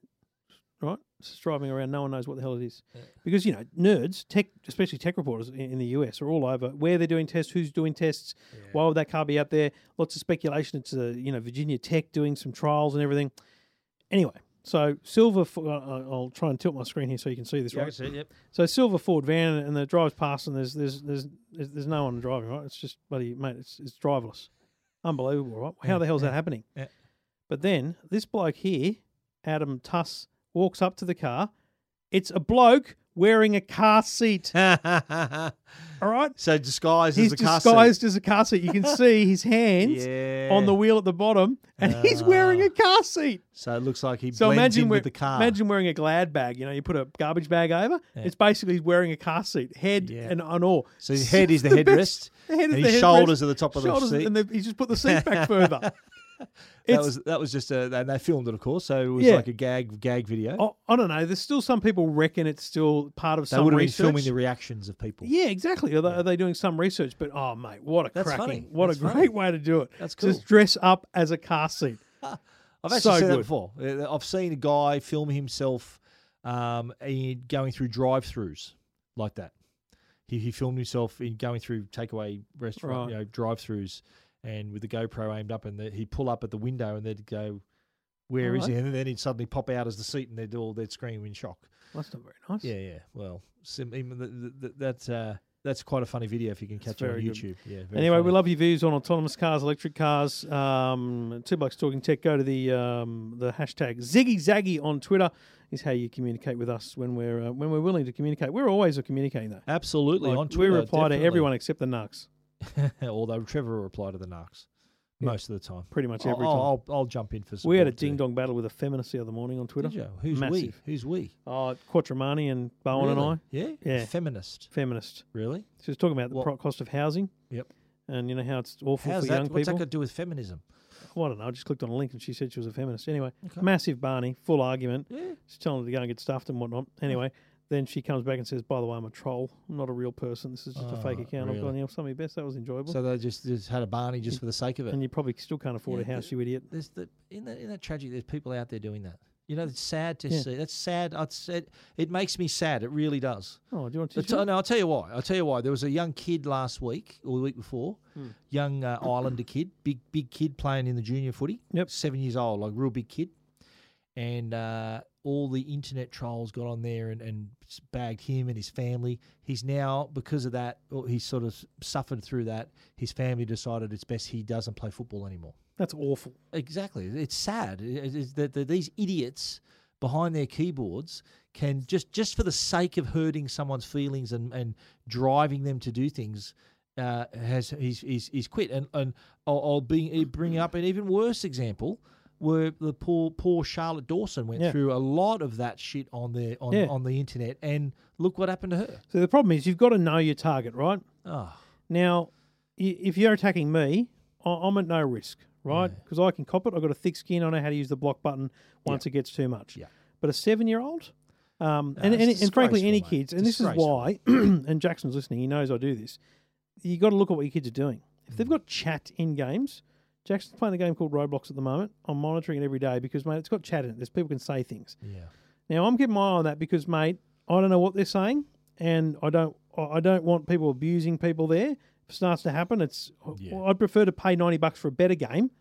[SPEAKER 2] Right? It's just driving around. No one knows what the hell it is. Because you know, nerds, tech, especially tech reporters in, in the US, are all over where they're doing tests, who's doing tests, why would that car be out there? Lots of speculation. It's uh, you know Virginia Tech doing some trials and everything. Anyway, so silver. Fo- I- I- I'll try and tilt my screen here so you can see this. right? So silver Ford van, and the drives past, and there's there's there's there's, there's no one driving, right? It's just bloody mate, it's it's driverless, unbelievable, right? How the hell's that happening?
[SPEAKER 1] yeah.
[SPEAKER 2] But then this bloke here, Adam Tuss, walks up to the car. It's a bloke wearing a car seat. All right,
[SPEAKER 1] so disguised
[SPEAKER 2] he's
[SPEAKER 1] as a car
[SPEAKER 2] disguised as a car seat. You can see his hands
[SPEAKER 1] Yeah. Ah.
[SPEAKER 2] on the wheel at the bottom, and he's wearing a car seat.
[SPEAKER 1] So it looks like he
[SPEAKER 2] So
[SPEAKER 1] blends
[SPEAKER 2] imagine
[SPEAKER 1] in
[SPEAKER 2] wear-
[SPEAKER 1] with the car.
[SPEAKER 2] imagine wearing a Glad bag. You know, you put a garbage bag over. It's basically wearing a car seat, head
[SPEAKER 1] Yeah.
[SPEAKER 2] and, and all.
[SPEAKER 1] So his head is the
[SPEAKER 2] best-
[SPEAKER 1] headrest,
[SPEAKER 2] the head is
[SPEAKER 1] and
[SPEAKER 2] the
[SPEAKER 1] his
[SPEAKER 2] headrest,
[SPEAKER 1] shoulders are the top of the
[SPEAKER 2] shoulders,
[SPEAKER 1] seat.
[SPEAKER 2] and the- he's just put the seat back further.
[SPEAKER 1] that
[SPEAKER 2] it's-
[SPEAKER 1] was that was just a and they filmed it, of course. So it was
[SPEAKER 2] Yeah. Oh,
[SPEAKER 1] like a gag gag video.
[SPEAKER 2] I, I don't know. There's still some people reckon it's still part of
[SPEAKER 1] they
[SPEAKER 2] some
[SPEAKER 1] would have been
[SPEAKER 2] research.
[SPEAKER 1] filming the reactions of people.
[SPEAKER 2] yeah, exactly. Are they, are they doing some research? But oh, mate, what a
[SPEAKER 1] That's
[SPEAKER 2] cracking,
[SPEAKER 1] funny.
[SPEAKER 2] what
[SPEAKER 1] That's
[SPEAKER 2] a great
[SPEAKER 1] funny.
[SPEAKER 2] way to do it.
[SPEAKER 1] That's
[SPEAKER 2] Just
[SPEAKER 1] cool.
[SPEAKER 2] dress up as a car seat.
[SPEAKER 1] I've actually
[SPEAKER 2] So
[SPEAKER 1] seen that
[SPEAKER 2] good.
[SPEAKER 1] before. Uh, I've seen a guy film himself um, in- going through drive-throughs like that. He, he filmed himself in going through takeaway restaurant,
[SPEAKER 2] Right.
[SPEAKER 1] you know, drive-throughs, and with the GoPro aimed up, and the, he'd pull up at the window, and they'd go, "Where is
[SPEAKER 2] Alright.
[SPEAKER 1] he?" And then he'd suddenly pop out as the seat, and they'd all they'd scream in shock.
[SPEAKER 2] That's not very nice.
[SPEAKER 1] Yeah, yeah. Well, sim, even the, the, the, that's uh, that's quite a funny video if you can catch it on
[SPEAKER 2] very good.
[SPEAKER 1] YouTube. Yeah. very
[SPEAKER 2] Anyway, we
[SPEAKER 1] funny.
[SPEAKER 2] love your views on autonomous cars, electric cars. Um, two bucks talking tech. Go to the um, the hashtag Ziggy Zaggy on Twitter is how you communicate with us when we're uh, when we're willing to communicate. We're always communicating though.
[SPEAKER 1] absolutely
[SPEAKER 2] Like,
[SPEAKER 1] on Twitter.
[SPEAKER 2] we reply to
[SPEAKER 1] definitely.
[SPEAKER 2] everyone except the Narcs
[SPEAKER 1] Although Trevor will reply to the narcs most of the time.
[SPEAKER 2] pretty much
[SPEAKER 1] I'll-
[SPEAKER 2] every
[SPEAKER 1] I'll,
[SPEAKER 2] time.
[SPEAKER 1] I'll, I'll jump in for some.
[SPEAKER 2] we had a ding dong battle with a feminist the other morning on Twitter.
[SPEAKER 1] Who's
[SPEAKER 2] Massive.
[SPEAKER 1] we? Who's we?
[SPEAKER 2] Oh, Quattromani and Bowen
[SPEAKER 1] Really?
[SPEAKER 2] and I,
[SPEAKER 1] Yeah?
[SPEAKER 2] Yeah.
[SPEAKER 1] Feminist.
[SPEAKER 2] feminist.
[SPEAKER 1] Really?
[SPEAKER 2] She was talking about the
[SPEAKER 1] What-
[SPEAKER 2] pro- cost of housing
[SPEAKER 1] Yep.
[SPEAKER 2] and you know how it's awful
[SPEAKER 1] How's
[SPEAKER 2] for
[SPEAKER 1] that?
[SPEAKER 2] young
[SPEAKER 1] What's that
[SPEAKER 2] people.
[SPEAKER 1] got to do with feminism?
[SPEAKER 2] well, I don't know. I just clicked on a link and she said she was a feminist. Anyway, massive Barney, full argument.
[SPEAKER 1] Yeah.
[SPEAKER 2] She's telling her to go and get stuffed and whatnot. Anyway, then she comes back and says, "By the way, I'm a troll. I'm not a real person. This is just a fake
[SPEAKER 1] Oh,
[SPEAKER 2] account. I've
[SPEAKER 1] really?
[SPEAKER 2] gone here for something best. That was enjoyable.
[SPEAKER 1] So they just, just had a Barney just for the sake of it.
[SPEAKER 2] and you probably still can't afford
[SPEAKER 1] Yeah,
[SPEAKER 2] a house,
[SPEAKER 1] the-
[SPEAKER 2] you idiot.
[SPEAKER 1] there's the in that in that tragic. There's people out there doing that. You know, it's sad to
[SPEAKER 2] Yeah.
[SPEAKER 1] see. That's sad. I'd said it makes me sad. It really does.
[SPEAKER 2] Oh, do you want to?
[SPEAKER 1] I'll tell- uh, no, I'll tell you why. I'll tell you why. There was a young kid last week or the week before,
[SPEAKER 2] Hmm.
[SPEAKER 1] young uh, Islander kid, big big kid playing in the junior footy.
[SPEAKER 2] Yep.
[SPEAKER 1] seven years old, like real big kid. And uh, all the internet trolls got on there and, and s- bagged him and his family. He's now because of that, or he sort of s- suffered through that. His family decided it's best he doesn't play football anymore.
[SPEAKER 2] That's awful.
[SPEAKER 1] Exactly. It's sad it- it's that, that these idiots behind their keyboards can just just for the sake of hurting someone's feelings and, and driving them to do things. Uh, has he's, he's, he's quit and and I'll, I'll be, bring up an even worse example where the poor poor Charlotte Dawson went
[SPEAKER 2] Yeah.
[SPEAKER 1] through a lot of that shit on the on,
[SPEAKER 2] Yeah.
[SPEAKER 1] on the internet and look what happened to her.
[SPEAKER 2] So the problem is you've got to know your target, right?
[SPEAKER 1] Oh,
[SPEAKER 2] Now, i- if you're attacking me, I- I'm at no risk, right? Because I can cop it. I've got a thick skin. I know how to use the block button once it gets too much.
[SPEAKER 1] Yeah.
[SPEAKER 2] But a seven year old, um,
[SPEAKER 1] No,
[SPEAKER 2] and, and,
[SPEAKER 1] it's
[SPEAKER 2] and frankly,
[SPEAKER 1] disgraceful,
[SPEAKER 2] any
[SPEAKER 1] mate.
[SPEAKER 2] kids, and this is
[SPEAKER 1] Disgraceful.
[SPEAKER 2] why, and Jackson's listening, he knows I do this, you got to look at what your kids are doing. If
[SPEAKER 1] Mm.
[SPEAKER 2] they've got chat in games, Jackson's playing a game called Roblox at the moment. I'm monitoring it every day because, mate, it's got chat in it. There's people can say things.
[SPEAKER 1] yeah.
[SPEAKER 2] Now I'm keeping my eye on that because, mate, I don't know what they're saying, and I don't, I I don't want people abusing people there. If it starts to happen, it's.
[SPEAKER 1] Yeah.
[SPEAKER 2] I'd prefer to pay ninety bucks for a better game,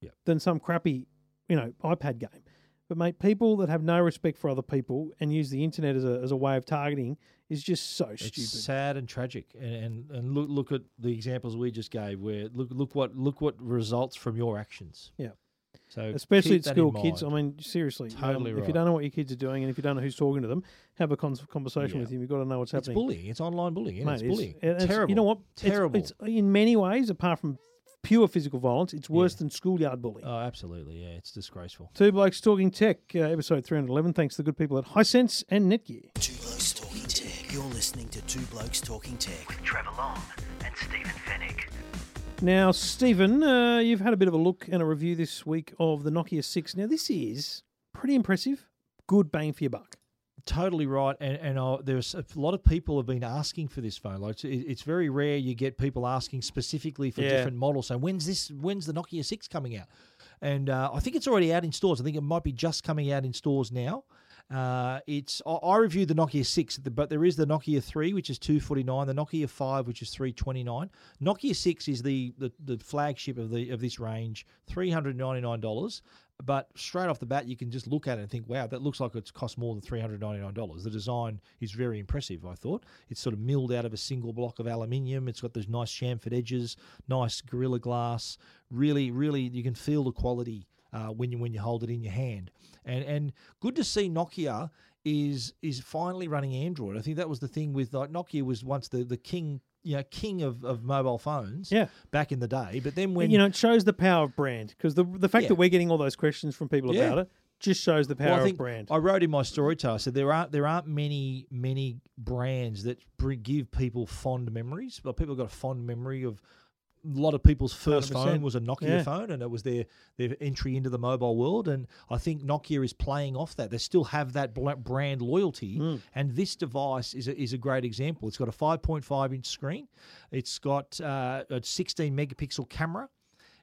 [SPEAKER 1] Yep.
[SPEAKER 2] than some crappy, you know, iPad game. But mate, people that have no respect for other people and use the internet as a as a way of targeting is just so
[SPEAKER 1] It's
[SPEAKER 2] stupid.
[SPEAKER 1] sad and tragic, and, and, and look look at the examples we just gave. Where look look what look what results from your actions.
[SPEAKER 2] Yeah.
[SPEAKER 1] So
[SPEAKER 2] Especially
[SPEAKER 1] keep
[SPEAKER 2] at
[SPEAKER 1] that in
[SPEAKER 2] school, kids. I
[SPEAKER 1] mind.
[SPEAKER 2] mean, seriously,
[SPEAKER 1] Totally
[SPEAKER 2] if you
[SPEAKER 1] right.
[SPEAKER 2] don't know what your kids are doing and if you don't know who's talking to them, have a cons- conversation
[SPEAKER 1] Yeah.
[SPEAKER 2] with them. You've got to know what's
[SPEAKER 1] it's
[SPEAKER 2] happening.
[SPEAKER 1] bullying. It's online bullying. isn't it?
[SPEAKER 2] Mate,
[SPEAKER 1] it's,
[SPEAKER 2] it's-
[SPEAKER 1] bullying.
[SPEAKER 2] and it's-
[SPEAKER 1] terrible.
[SPEAKER 2] You know what? It's-
[SPEAKER 1] Terrible.
[SPEAKER 2] It's, in many ways, apart from pure physical violence, it's worse than schoolyard bullying.
[SPEAKER 1] oh, absolutely. Yeah, it's disgraceful.
[SPEAKER 2] Two Blokes Talking Tech, uh, episode 311. Thanks to the good people at Hisense and Netgear.
[SPEAKER 3] Two Blokes Talking Tech. You're listening to Two Blokes Talking Tech.
[SPEAKER 4] with Trevor Long and Stephen Finnick.
[SPEAKER 2] Now, Stephen, uh, you've had a bit of a look and a review this week of the Nokia 6. Now, this is pretty impressive. Good bang for your buck.
[SPEAKER 1] Totally right. And and I, there's a lot of people have been asking for this phone. Like it's, it's very rare you get people asking specifically for
[SPEAKER 2] Yeah.
[SPEAKER 1] different models. So when's this? When's the Nokia Six coming out? And uh, I think it's already out in stores. I think it might be just coming out in stores now. Uh, it's I, I reviewed the Nokia six, the- but there is the Nokia three, which is two forty nine, the Nokia five, which is three twenty nine. Nokia six is the, the the flagship of the of this range, three hundred ninety nine dollars. But straight off the bat, you can just look at it and think, wow, that looks like it's cost more than three hundred ninety nine dollars. The design is very impressive. I thought it's sort of milled out of a single block of aluminium. It's got those nice chamfered edges, nice Gorilla Glass. Really, really, you can feel the quality uh, when you when you hold it in your hand. And and good to see Nokia is is finally running Android. I think that was the thing with like Nokia was once the the king you know king of, of mobile phones
[SPEAKER 2] Yeah.
[SPEAKER 1] back in the day. But then when
[SPEAKER 2] you know, it shows the power of brand because the, the fact
[SPEAKER 1] Yeah.
[SPEAKER 2] that we're getting all those questions from people
[SPEAKER 1] Yeah.
[SPEAKER 2] about it just shows the power
[SPEAKER 1] Well, I
[SPEAKER 2] of
[SPEAKER 1] think
[SPEAKER 2] brand.
[SPEAKER 1] I wrote in my story today. I said there aren't there aren't many many brands that bring, give people fond memories. Well, people got a fond memory of a lot of people's first
[SPEAKER 2] 100%.
[SPEAKER 1] phone was a Nokia
[SPEAKER 2] Yeah.
[SPEAKER 1] phone, and it was their their entry into the mobile world. And I think Nokia is playing off that. They still have that bl- brand loyalty,
[SPEAKER 2] Hmm.
[SPEAKER 1] and this device is a, is a great example. It's got a 5.5 inch screen. It's got uh, a 16 megapixel camera.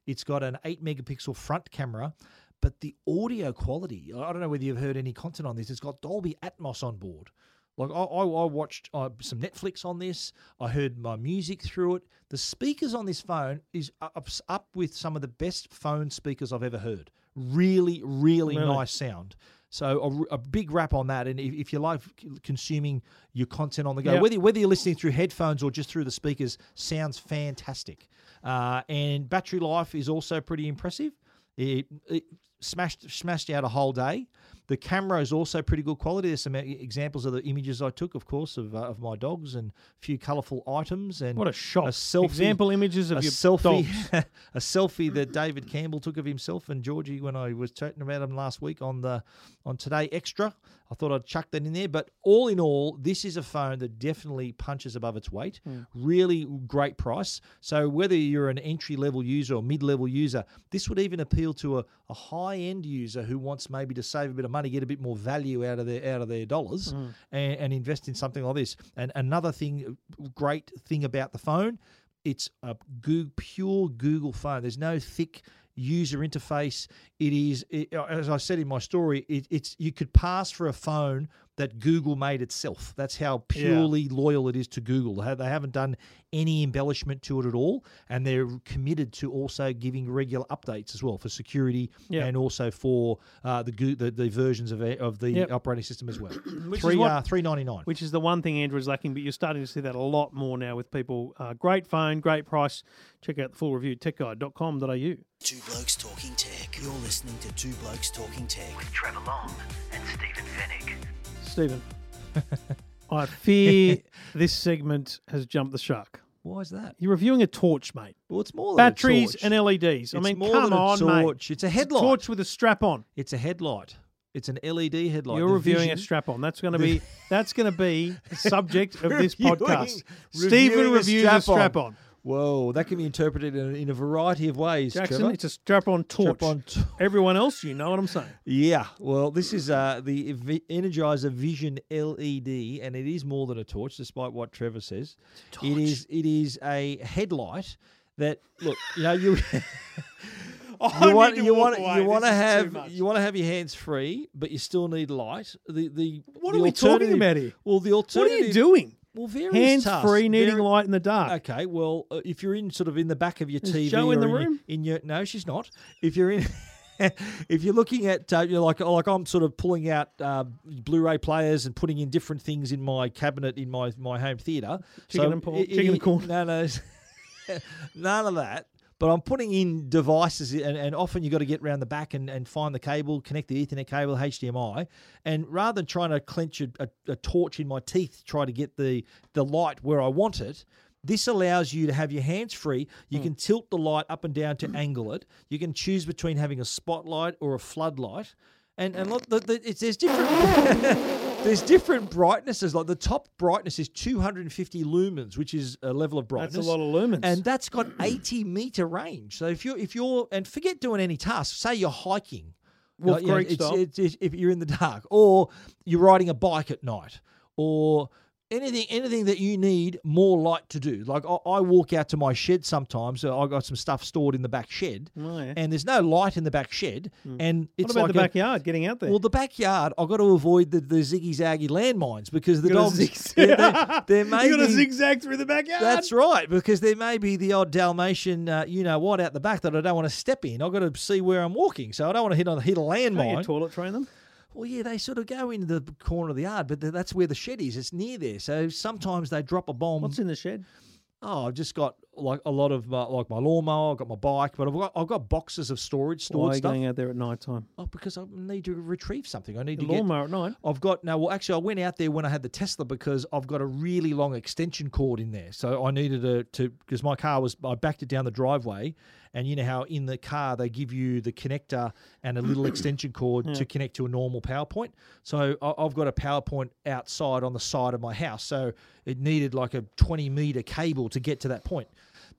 [SPEAKER 1] It's got an 8 megapixel front camera, but the audio quality, I don't know whether you've heard any content on this, it's got Dolby Atmos on board. Like, I, I, I watched uh, some Netflix on this, I heard my music through it. The speakers on this phone is up, up with some of the best phone speakers I've ever heard. Really, really,
[SPEAKER 2] Really?
[SPEAKER 1] nice sound. So a r- a, big wrap on that, and if, if you like c- consuming your content on the go,
[SPEAKER 2] Yeah.
[SPEAKER 1] whether whether you're listening through headphones or just through the speakers, sounds fantastic. Uh, and battery life is also pretty impressive. It, it smashed smashed out a whole day. The camera is also pretty good quality. There's some e- examples of the images I took, of course, of, uh, of my dogs and a few colourful items. And
[SPEAKER 2] What a shock.
[SPEAKER 1] A selfie,
[SPEAKER 2] Example images of
[SPEAKER 1] a
[SPEAKER 2] your
[SPEAKER 1] selfie,
[SPEAKER 2] dogs.
[SPEAKER 1] a selfie that David Campbell took of himself and Georgie when I was chatting about him last week on the on Today Extra. I thought I'd chuck that in there. But all in all, this is a phone that definitely punches above its weight.
[SPEAKER 2] Hmm.
[SPEAKER 1] Really great price. So whether you're an entry level user or mid level user, this would even appeal to a, a high end user who wants maybe to save a bit of money, get a bit more value out of their out of their dollars,
[SPEAKER 2] Hmm.
[SPEAKER 1] and, and invest in something like this. And another thing, great thing about the phone it's a Google, pure Google phone. There's no thick user interface. It is, it, uh, as I said in my story, it, it's you could pass for a phone that Google made itself. That's how purely loyal it is to Google. They ha- they haven't done any embellishment to it at all, and they're committed to also giving regular updates as well for security
[SPEAKER 2] Yeah.
[SPEAKER 1] and also for uh, the, Goo- the the versions of a- of the
[SPEAKER 2] Yep.
[SPEAKER 1] operating system as well.
[SPEAKER 2] is
[SPEAKER 1] three
[SPEAKER 2] what-
[SPEAKER 1] uh, three ninety nine.
[SPEAKER 2] which is the one thing Android's lacking, but you're starting to see that a lot more now with people. Uh, great phone, great price. Check out the full review, techguide.com.au.
[SPEAKER 3] Two Blokes Talking Tech. You're listening to Two Blokes Talking Tech.
[SPEAKER 4] Trevor Long and Stephen Finnick.
[SPEAKER 2] Stephen, I fear this segment has jumped the shark.
[SPEAKER 1] Why is that?
[SPEAKER 2] You're reviewing a torch, mate.
[SPEAKER 1] Well, it's more than a
[SPEAKER 2] Batteries
[SPEAKER 1] torch.
[SPEAKER 2] and LEDs. I
[SPEAKER 1] It's
[SPEAKER 2] mean,
[SPEAKER 1] more
[SPEAKER 2] come
[SPEAKER 1] than a
[SPEAKER 2] on,
[SPEAKER 1] torch.
[SPEAKER 2] mate.
[SPEAKER 1] It's a headlight.
[SPEAKER 2] torch with a strap on.
[SPEAKER 1] It's a headlight. It's an LED headlight.
[SPEAKER 2] You're
[SPEAKER 1] The
[SPEAKER 2] reviewing
[SPEAKER 1] vision-
[SPEAKER 2] a strap on. That's going to be that's going to be the subject of this
[SPEAKER 1] Reviewing-
[SPEAKER 2] podcast.
[SPEAKER 1] reviewing
[SPEAKER 2] Stephen reviews a strap on.
[SPEAKER 1] Whoa, that can be interpreted in, in a variety of ways.
[SPEAKER 2] Jackson,
[SPEAKER 1] Trevor.
[SPEAKER 2] it's a strap on torch.
[SPEAKER 1] Strap-on torch.
[SPEAKER 2] Everyone else, you know what I'm saying.
[SPEAKER 1] Yeah, well, this is uh, the Vi- Energizer Vision LED, and it is more than a torch, despite what Trevor says. It is. It is a headlight that look. You know, you you want you want you want to have you want to have your hands free, but you still need light. The the
[SPEAKER 2] What
[SPEAKER 1] the
[SPEAKER 2] are we talking
[SPEAKER 1] alternative-
[SPEAKER 2] about here?
[SPEAKER 1] Well, the
[SPEAKER 2] what
[SPEAKER 1] alternative.
[SPEAKER 2] are you doing?
[SPEAKER 1] Well, various
[SPEAKER 2] Hands
[SPEAKER 1] tasks,
[SPEAKER 2] free, needing
[SPEAKER 1] vari-
[SPEAKER 2] light in the dark.
[SPEAKER 1] Okay, well, uh, if you're in sort of in the back of your
[SPEAKER 2] Is
[SPEAKER 1] TV,
[SPEAKER 2] Jo in
[SPEAKER 1] or
[SPEAKER 2] the
[SPEAKER 1] your-
[SPEAKER 2] room?
[SPEAKER 1] in your no, she's not. If you're in, if you're looking at, uh, you're like like I'm sort of pulling out uh, Blu-ray players and putting in different things in my cabinet in my my home theater.
[SPEAKER 2] Chicken and pork-
[SPEAKER 1] i- i-
[SPEAKER 2] chicken and corn.
[SPEAKER 1] No, no, none of that. But I'm putting in devices, and, and often you've got to get round the back and, and find the cable, connect the Ethernet cable, HDMI. And rather than trying to clench a, a, a torch in my teeth, to try to get the, the light where I want it, this allows you to have your hands free. You
[SPEAKER 2] Hmm.
[SPEAKER 1] can tilt the light up and down to angle it. You can choose between having a spotlight or a floodlight. And, and look, the, the, it's, there's different. There's different brightnesses. Like the top brightness is 250 lumens, which is a level of brightness.
[SPEAKER 2] That's a lot of lumens.
[SPEAKER 1] And that's got 80 meter range. So if you're if you're and forget doing any tasks, say you're hiking,
[SPEAKER 2] Wolf
[SPEAKER 1] you know,
[SPEAKER 2] Creek
[SPEAKER 1] it's-
[SPEAKER 2] style.
[SPEAKER 1] it's- it's- if you're in the dark, or you're riding a bike at night, or anything anything that you need more light to do. Like I, I walk out to my shed sometimes. So I got some stuff stored in the back shed,
[SPEAKER 2] Oh, yeah. Hmm.
[SPEAKER 1] and there's no light in the back shed, and
[SPEAKER 2] what
[SPEAKER 1] it's
[SPEAKER 2] about
[SPEAKER 1] like
[SPEAKER 2] the
[SPEAKER 1] a-
[SPEAKER 2] backyard? getting out there.
[SPEAKER 1] well, the backyard, I've got to avoid the, the ziggy zaggy landmines because the
[SPEAKER 2] You gotta
[SPEAKER 1] dogs.
[SPEAKER 2] zig-
[SPEAKER 1] there- there- there may
[SPEAKER 2] you got to
[SPEAKER 1] be-
[SPEAKER 2] zigzag through the backyard.
[SPEAKER 1] That's right, because there may be the odd Dalmatian, uh, you know what, out the back that I don't want to step in. I've got to see where I'm walking, so I don't want to hit on hit a
[SPEAKER 2] Don't you
[SPEAKER 1] landmine.
[SPEAKER 2] toilet train them.
[SPEAKER 1] Well, yeah, they sort of go into the corner of the yard, but th- that's where the shed is. It's near there, so sometimes they drop a bomb.
[SPEAKER 2] What's in the shed?
[SPEAKER 1] Oh, I've just got like a lot of uh, like my lawnmower. I've got my bike, but I've got I've got boxes of storage stored
[SPEAKER 2] Why are you
[SPEAKER 1] stuff.
[SPEAKER 2] going out there at night time?
[SPEAKER 1] Oh, because I need to retrieve something. I need
[SPEAKER 2] The
[SPEAKER 1] to get
[SPEAKER 2] lawnmower at night.
[SPEAKER 1] I've got no. Well, actually, I went out there when I had the Tesla because I've got a really long extension cord in there, so I needed a, to because my car was I backed it down the driveway, and you know how in the car they give you the connector and a little extension cord to connect to a normal PowerPoint. So I, I've got a PowerPoint outside on the side of my house, so it needed like a twenty meter cable to get to that point.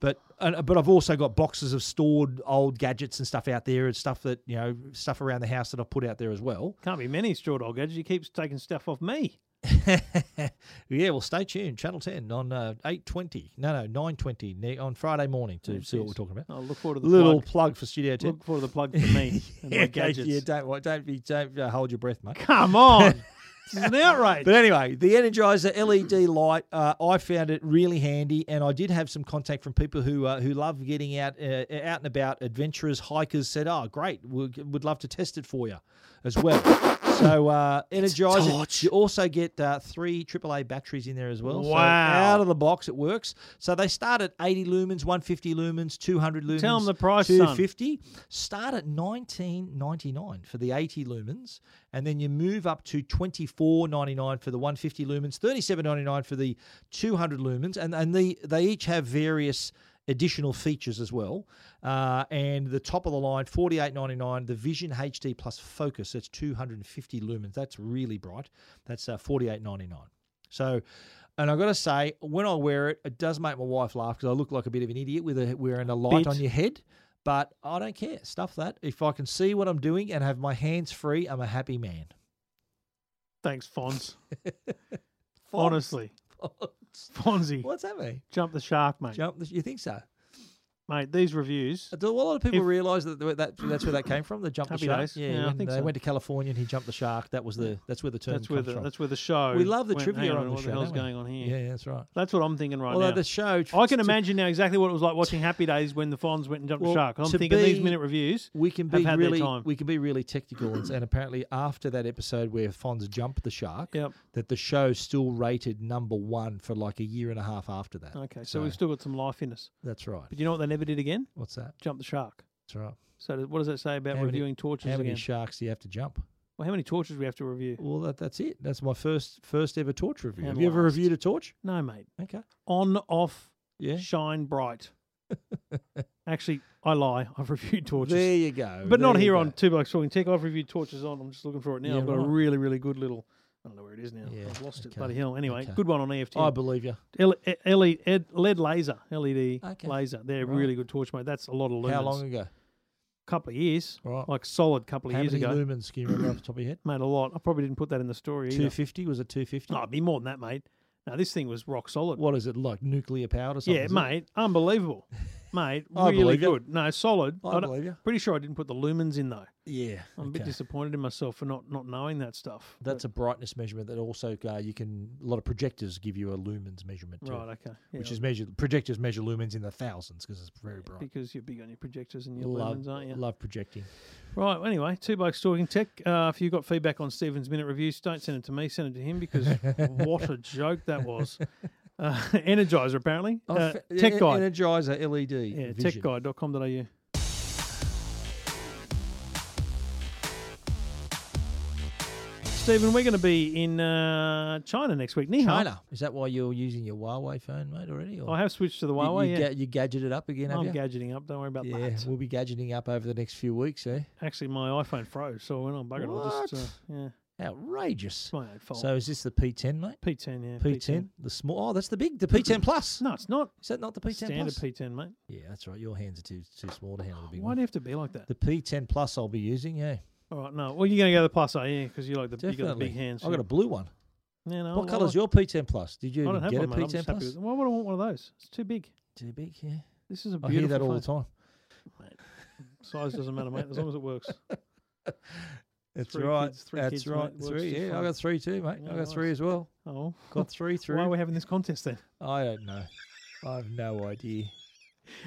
[SPEAKER 1] But and, but I've also got boxes of stored old gadgets and stuff out there, and stuff that you know stuff around the house that I put out there as well.
[SPEAKER 2] Can't be many straw dog gadgets. He keeps taking stuff off me.
[SPEAKER 1] yeah, well, stay tuned. Channel 10 on uh, 8.20. No, no, 9.20 ne- on Friday morning to see what we're talking about.
[SPEAKER 2] I'll look forward to the
[SPEAKER 1] Little
[SPEAKER 2] plug.
[SPEAKER 1] plug for Studio 10.
[SPEAKER 2] Look for the plug for me and my
[SPEAKER 1] yeah,
[SPEAKER 2] gadgets.
[SPEAKER 1] yeah, don't, wa- don't, be, don't uh, hold your breath, mate.
[SPEAKER 2] Come on. this is an outrage.
[SPEAKER 1] But anyway, the Energizer LED light, uh, I found it really handy, and I did have some contact from people who uh, who love getting out uh, out and about. Adventurers, hikers said, "Oh, great, we would love to test it for you as well." So uh, energize it.
[SPEAKER 3] torch.
[SPEAKER 1] You also get uh, three AAA batteries in there as well. So
[SPEAKER 2] Wow.
[SPEAKER 1] out of the box, it works. So they start at 80 lumens, 150 lumens, 200 lumens.
[SPEAKER 2] Tell 'em the price, son.
[SPEAKER 1] 250. Start at 19.99 for the 80 lumens, and then you move up to 24.99 for the 150 lumens, 37.99 for the 200 lumens, and and the, they each have various additional features as well. Uh, and the top of the line, 48.99, the Vision HD Plus Focus, that's 250 lumens. That's really bright. That's uh, 48.99. So, and I've got to say, when I wear it, it does make my wife laugh because I look like a bit of an idiot with a wearing a light
[SPEAKER 2] Bit.
[SPEAKER 1] on your head. But I don't care. Stuff that. If I can see what I'm doing and have my hands free, I'm a happy man.
[SPEAKER 2] Thanks, Fonz. Honestly, Fonzie,
[SPEAKER 1] What's that mean?
[SPEAKER 2] jump the shark, mate.
[SPEAKER 1] Jump. You think so?
[SPEAKER 2] Mate, these reviews.
[SPEAKER 1] Do a lot of people
[SPEAKER 2] If-
[SPEAKER 1] realise that, that that- that's where that came from? The jump the
[SPEAKER 2] Happy
[SPEAKER 1] shark.
[SPEAKER 2] days.
[SPEAKER 1] Yeah,
[SPEAKER 2] Yeah, I
[SPEAKER 1] when
[SPEAKER 2] think
[SPEAKER 1] they
[SPEAKER 2] so.
[SPEAKER 1] went to California and he jumped the shark. That was the that's where the term
[SPEAKER 2] That's where
[SPEAKER 1] comes
[SPEAKER 2] the
[SPEAKER 1] from.
[SPEAKER 2] that's where the show.
[SPEAKER 1] we love the
[SPEAKER 2] went,
[SPEAKER 1] trivia
[SPEAKER 2] "Hang
[SPEAKER 1] on, the
[SPEAKER 2] What
[SPEAKER 1] show.
[SPEAKER 2] the hell's
[SPEAKER 1] don't we?
[SPEAKER 2] going on here?
[SPEAKER 1] Yeah, that's right.
[SPEAKER 2] That's what I'm thinking right
[SPEAKER 1] Although
[SPEAKER 2] now.
[SPEAKER 1] the show,
[SPEAKER 2] I can
[SPEAKER 1] to-
[SPEAKER 2] imagine now exactly what it was like watching Happy Days when the Fonz went and jumped
[SPEAKER 1] Well,
[SPEAKER 2] the shark. I'm
[SPEAKER 1] to
[SPEAKER 2] thinking these
[SPEAKER 1] be-
[SPEAKER 2] minute reviews.
[SPEAKER 1] we can
[SPEAKER 2] have
[SPEAKER 1] be
[SPEAKER 2] had their
[SPEAKER 1] really
[SPEAKER 2] time.
[SPEAKER 1] we can be really technical, and, and apparently after that episode where Fonz jumped the shark,
[SPEAKER 2] Yep.
[SPEAKER 1] that the show still rated number one for like a year and a half after that.
[SPEAKER 2] Okay, so, we've still got some life in us.
[SPEAKER 1] that's right.
[SPEAKER 2] But you know what they never did again?
[SPEAKER 1] What's that?
[SPEAKER 2] Jump the shark.
[SPEAKER 1] That's right.
[SPEAKER 2] So th- what does that say about
[SPEAKER 1] How many-
[SPEAKER 2] reviewing tortures
[SPEAKER 1] How many
[SPEAKER 2] again?
[SPEAKER 1] sharks do you have to jump?
[SPEAKER 2] well, how many tortures we have to review?
[SPEAKER 1] Well, that, that's it. That's my first first ever torch review.
[SPEAKER 2] And
[SPEAKER 1] have you ever
[SPEAKER 2] last.
[SPEAKER 1] reviewed a torch?
[SPEAKER 2] No, mate.
[SPEAKER 1] Okay.
[SPEAKER 2] On, off,
[SPEAKER 1] Yeah.
[SPEAKER 2] shine bright. Actually, I lie. I've reviewed tortures.
[SPEAKER 1] There you go.
[SPEAKER 2] but not
[SPEAKER 1] There you
[SPEAKER 2] here
[SPEAKER 1] go.
[SPEAKER 2] on Two Blokes Talking Tech. I've reviewed tortures on. I'm just looking for it now.
[SPEAKER 1] Yeah,
[SPEAKER 2] I've got a
[SPEAKER 1] right.
[SPEAKER 2] really, really good little. I don't know where it is now.
[SPEAKER 1] Yeah,
[SPEAKER 2] I've lost it.
[SPEAKER 1] okay,
[SPEAKER 2] Bloody hell. Anyway,
[SPEAKER 1] okay. Oh,
[SPEAKER 2] good one on EFT.
[SPEAKER 1] I believe you.
[SPEAKER 2] L- E, L- LED LED laser, LED
[SPEAKER 1] Okay.
[SPEAKER 2] laser. They're
[SPEAKER 1] Right.
[SPEAKER 2] really good torch, mate. That's a lot of lumens.
[SPEAKER 1] How long ago?
[SPEAKER 2] couple of years,
[SPEAKER 1] Right.
[SPEAKER 2] like solid couple of
[SPEAKER 1] How
[SPEAKER 2] years
[SPEAKER 1] many
[SPEAKER 2] ago.
[SPEAKER 1] lumens can you remember off the top of your head?
[SPEAKER 2] Made a lot. I probably didn't put that in the story. either.
[SPEAKER 1] Two fifty was it? Two fifty.
[SPEAKER 2] No, it'd be more than that, mate. No, this thing was rock solid.
[SPEAKER 1] What is it like? Nuclear powered or something?
[SPEAKER 2] yeah,
[SPEAKER 1] is it?
[SPEAKER 2] mate, unbelievable, mate.
[SPEAKER 1] I
[SPEAKER 2] really
[SPEAKER 1] believe you.
[SPEAKER 2] good. No, solid.
[SPEAKER 1] I
[SPEAKER 2] don't-
[SPEAKER 1] believe you.
[SPEAKER 2] Pretty sure I didn't put the lumens in though.
[SPEAKER 1] Yeah.
[SPEAKER 2] I'm a bit
[SPEAKER 1] okay.
[SPEAKER 2] disappointed in myself for not not knowing that stuff.
[SPEAKER 1] That's a brightness measurement that also uh, you can a lot of projectors give you a lumens measurement too,
[SPEAKER 2] right. Okay. Yeah,
[SPEAKER 1] which is measured. Projectors measure lumens in the thousands because it's very bright.
[SPEAKER 2] because you're big on your projectors and your
[SPEAKER 1] Love,
[SPEAKER 2] lumens, aren't you?
[SPEAKER 1] love projecting.
[SPEAKER 2] Right. well, Anyway, two blokes talking tech. Uh, if you've got feedback on Stephen's minute reviews, don't send it to me. Send it to him because what a joke that was. Uh, Energizer apparently.
[SPEAKER 1] Oh,
[SPEAKER 2] Uh,
[SPEAKER 1] e-,
[SPEAKER 2] tech guide.
[SPEAKER 1] Energizer LED.
[SPEAKER 2] Yeah,
[SPEAKER 1] vision.
[SPEAKER 2] techguide.com.au. Stephen, we're going to be in uh, China next week. Ni hao.
[SPEAKER 1] China. Is that why you're using your Huawei phone, mate, already? Or
[SPEAKER 2] I have switched to the
[SPEAKER 1] you,
[SPEAKER 2] Huawei.
[SPEAKER 1] you,
[SPEAKER 2] yeah.
[SPEAKER 1] ga- you gadgeted up again, have
[SPEAKER 2] I'm
[SPEAKER 1] you?
[SPEAKER 2] gadgeting up. Don't worry about
[SPEAKER 1] yeah,
[SPEAKER 2] that.
[SPEAKER 1] we'll be gadgeting up over the next few weeks, eh?
[SPEAKER 2] Actually, my iPhone froze, so when I'm buggered, I'll just.
[SPEAKER 1] What?
[SPEAKER 2] Uh, yeah,
[SPEAKER 1] Outrageous.
[SPEAKER 2] it's my own fault.
[SPEAKER 1] So is this the P10, mate?
[SPEAKER 2] P10, yeah.
[SPEAKER 1] P10, the small. Oh, that's the big, the P10 Plus.
[SPEAKER 2] No, it's not.
[SPEAKER 1] Is that not the P10
[SPEAKER 2] Standard
[SPEAKER 1] Plus?
[SPEAKER 2] P10, mate.
[SPEAKER 1] yeah, that's right. Your hands are too too small to handle the big
[SPEAKER 2] Why
[SPEAKER 1] one.
[SPEAKER 2] do you have to be like that?
[SPEAKER 1] The P10 Plus I'll be using, yeah.
[SPEAKER 2] All right, no. Well, you're going to go to the plus, are you? Because you like the you got the
[SPEAKER 1] Definitely.
[SPEAKER 2] big hands.
[SPEAKER 1] I got a blue one.
[SPEAKER 2] yeah, no,
[SPEAKER 1] what
[SPEAKER 2] I-
[SPEAKER 1] colour's
[SPEAKER 2] Oh, I,
[SPEAKER 1] your P10 Plus? Did
[SPEAKER 2] I
[SPEAKER 1] you even
[SPEAKER 2] don't have
[SPEAKER 1] get
[SPEAKER 2] one, mate.
[SPEAKER 1] a
[SPEAKER 2] I'm just
[SPEAKER 1] P10
[SPEAKER 2] happy with
[SPEAKER 1] Plus?
[SPEAKER 2] it. Why would I want one of those? It's too big.
[SPEAKER 1] Too big, yeah.
[SPEAKER 2] This is a
[SPEAKER 1] I hear
[SPEAKER 2] beautiful
[SPEAKER 1] that all the
[SPEAKER 2] phone.
[SPEAKER 1] time.
[SPEAKER 2] Size doesn't matter, mate. As long as it works.
[SPEAKER 1] That's
[SPEAKER 2] Three
[SPEAKER 1] right.
[SPEAKER 2] kids- three
[SPEAKER 1] that's
[SPEAKER 2] kids, mate.
[SPEAKER 1] right.
[SPEAKER 2] Works just
[SPEAKER 1] Three. Yeah, I
[SPEAKER 2] fine.
[SPEAKER 1] got three too, mate.
[SPEAKER 2] Yeah,
[SPEAKER 1] I got
[SPEAKER 2] nice.
[SPEAKER 1] three as well.
[SPEAKER 2] Oh,
[SPEAKER 1] Got three through.
[SPEAKER 2] why are we having this contest then?
[SPEAKER 1] I don't know. I have no idea.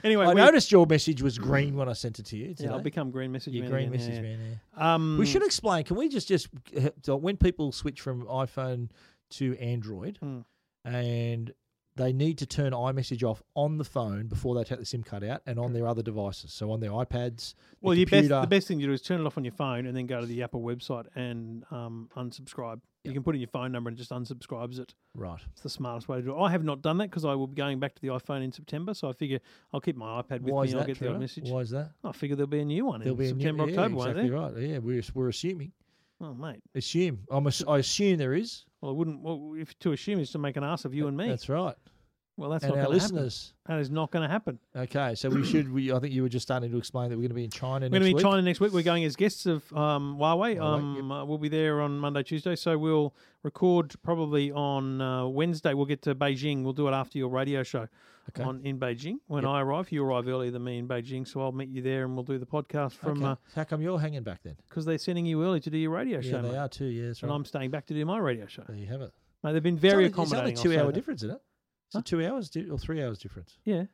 [SPEAKER 2] Anyway,
[SPEAKER 1] I
[SPEAKER 2] we-
[SPEAKER 1] noticed your message was green when I sent it to you.
[SPEAKER 2] yeah, I'll
[SPEAKER 1] today.
[SPEAKER 2] become green message.
[SPEAKER 1] your
[SPEAKER 2] man
[SPEAKER 1] green
[SPEAKER 2] again,
[SPEAKER 1] message,
[SPEAKER 2] yeah.
[SPEAKER 1] man. yeah.
[SPEAKER 2] Um,
[SPEAKER 1] We should explain. Can we just just uh, so when people switch from iPhone to Android,
[SPEAKER 2] Mm.
[SPEAKER 1] and they need to turn iMessage off on the phone before they take the SIM card out, and on their other devices, so on their iPads,
[SPEAKER 2] Well,
[SPEAKER 1] their
[SPEAKER 2] your best,
[SPEAKER 1] computer.
[SPEAKER 2] the best thing to do is turn it off on your phone and then go to the Apple website and um, unsubscribe. You can put in your phone number and it just unsubscribes it.
[SPEAKER 1] right.
[SPEAKER 2] It's the smartest way to do it. I have not done that because I will be going back to the iPhone in September. So I figure I'll keep my iPad with
[SPEAKER 1] Why
[SPEAKER 2] me.
[SPEAKER 1] is
[SPEAKER 2] and I'll
[SPEAKER 1] that?
[SPEAKER 2] get the
[SPEAKER 1] Trevor?
[SPEAKER 2] odd message.
[SPEAKER 1] Why is that?
[SPEAKER 2] I figure there'll be a new one
[SPEAKER 1] There'll
[SPEAKER 2] in
[SPEAKER 1] be a new-
[SPEAKER 2] September,
[SPEAKER 1] yeah,
[SPEAKER 2] October, won't
[SPEAKER 1] exactly right. Yeah, we're we're assuming.
[SPEAKER 2] there? Oh, mate.
[SPEAKER 1] Assume. I'm. ass- I assume there is.
[SPEAKER 2] Well, I wouldn't. Well, if to assume is to make an ass of you and me.
[SPEAKER 1] That's right.
[SPEAKER 2] well, that's
[SPEAKER 1] and
[SPEAKER 2] not
[SPEAKER 1] our
[SPEAKER 2] going to happen.
[SPEAKER 1] listeners.
[SPEAKER 2] That is not going to happen.
[SPEAKER 1] Okay, so we should. We, I think you were just starting to explain that we're going to be in China.
[SPEAKER 2] We're
[SPEAKER 1] next
[SPEAKER 2] going to be
[SPEAKER 1] week.
[SPEAKER 2] in China next week. We're going as guests of um, Huawei.
[SPEAKER 1] Huawei,
[SPEAKER 2] um, uh, we'll be there on Monday, Tuesday. So we'll record probably on uh, Wednesday. We'll get to Beijing. We'll do it after your radio show
[SPEAKER 1] Okay.
[SPEAKER 2] on in Beijing. When I arrive, you arrive earlier than me in Beijing, so I'll meet you there and we'll do the podcast from uh,
[SPEAKER 1] Okay. How come you're hanging back then?
[SPEAKER 2] because they're sending you early to do your radio
[SPEAKER 1] Yeah,
[SPEAKER 2] show,
[SPEAKER 1] they
[SPEAKER 2] mate.
[SPEAKER 1] are too. Yeah, that's
[SPEAKER 2] and
[SPEAKER 1] right.
[SPEAKER 2] I'm staying back to do my radio show.
[SPEAKER 1] There you have it.
[SPEAKER 2] Mate, they've been very
[SPEAKER 1] it's only,
[SPEAKER 2] accommodating.
[SPEAKER 1] It's
[SPEAKER 2] I'll
[SPEAKER 1] only
[SPEAKER 2] say
[SPEAKER 1] two hour
[SPEAKER 2] that.
[SPEAKER 1] difference, isn't it? It's
[SPEAKER 2] Huh?
[SPEAKER 1] a two hours di- or three hours difference.
[SPEAKER 2] Yeah,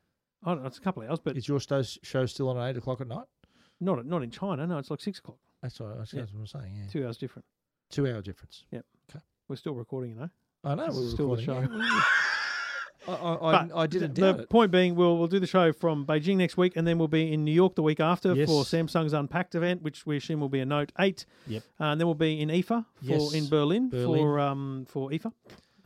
[SPEAKER 2] I don't know, it's a couple of hours, but
[SPEAKER 1] Is your sto- show still on at eight o'clock at night?
[SPEAKER 2] not not in China. No, it's like six o'clock.
[SPEAKER 1] That's what, that's
[SPEAKER 2] Yeah.
[SPEAKER 1] what I'm saying. Yeah.
[SPEAKER 2] Two hours different.
[SPEAKER 1] Two hour difference.
[SPEAKER 2] We're still recording, you know.
[SPEAKER 1] I know.
[SPEAKER 2] This
[SPEAKER 1] We're
[SPEAKER 2] is still the
[SPEAKER 1] recording.
[SPEAKER 2] show.
[SPEAKER 1] I, I, I,
[SPEAKER 2] But
[SPEAKER 1] I didn't
[SPEAKER 2] the,
[SPEAKER 1] doubt
[SPEAKER 2] the
[SPEAKER 1] it.
[SPEAKER 2] point being, we'll we'll do the show from Beijing next week, and then we'll be in New York the week after
[SPEAKER 1] Yes.
[SPEAKER 2] for Samsung's Unpacked event, which we assume will be a Note Eight.
[SPEAKER 1] Yep.
[SPEAKER 2] Uh, and then we'll be in IFA for
[SPEAKER 1] Yes.
[SPEAKER 2] in Berlin,
[SPEAKER 1] Berlin.
[SPEAKER 2] for um for IFA,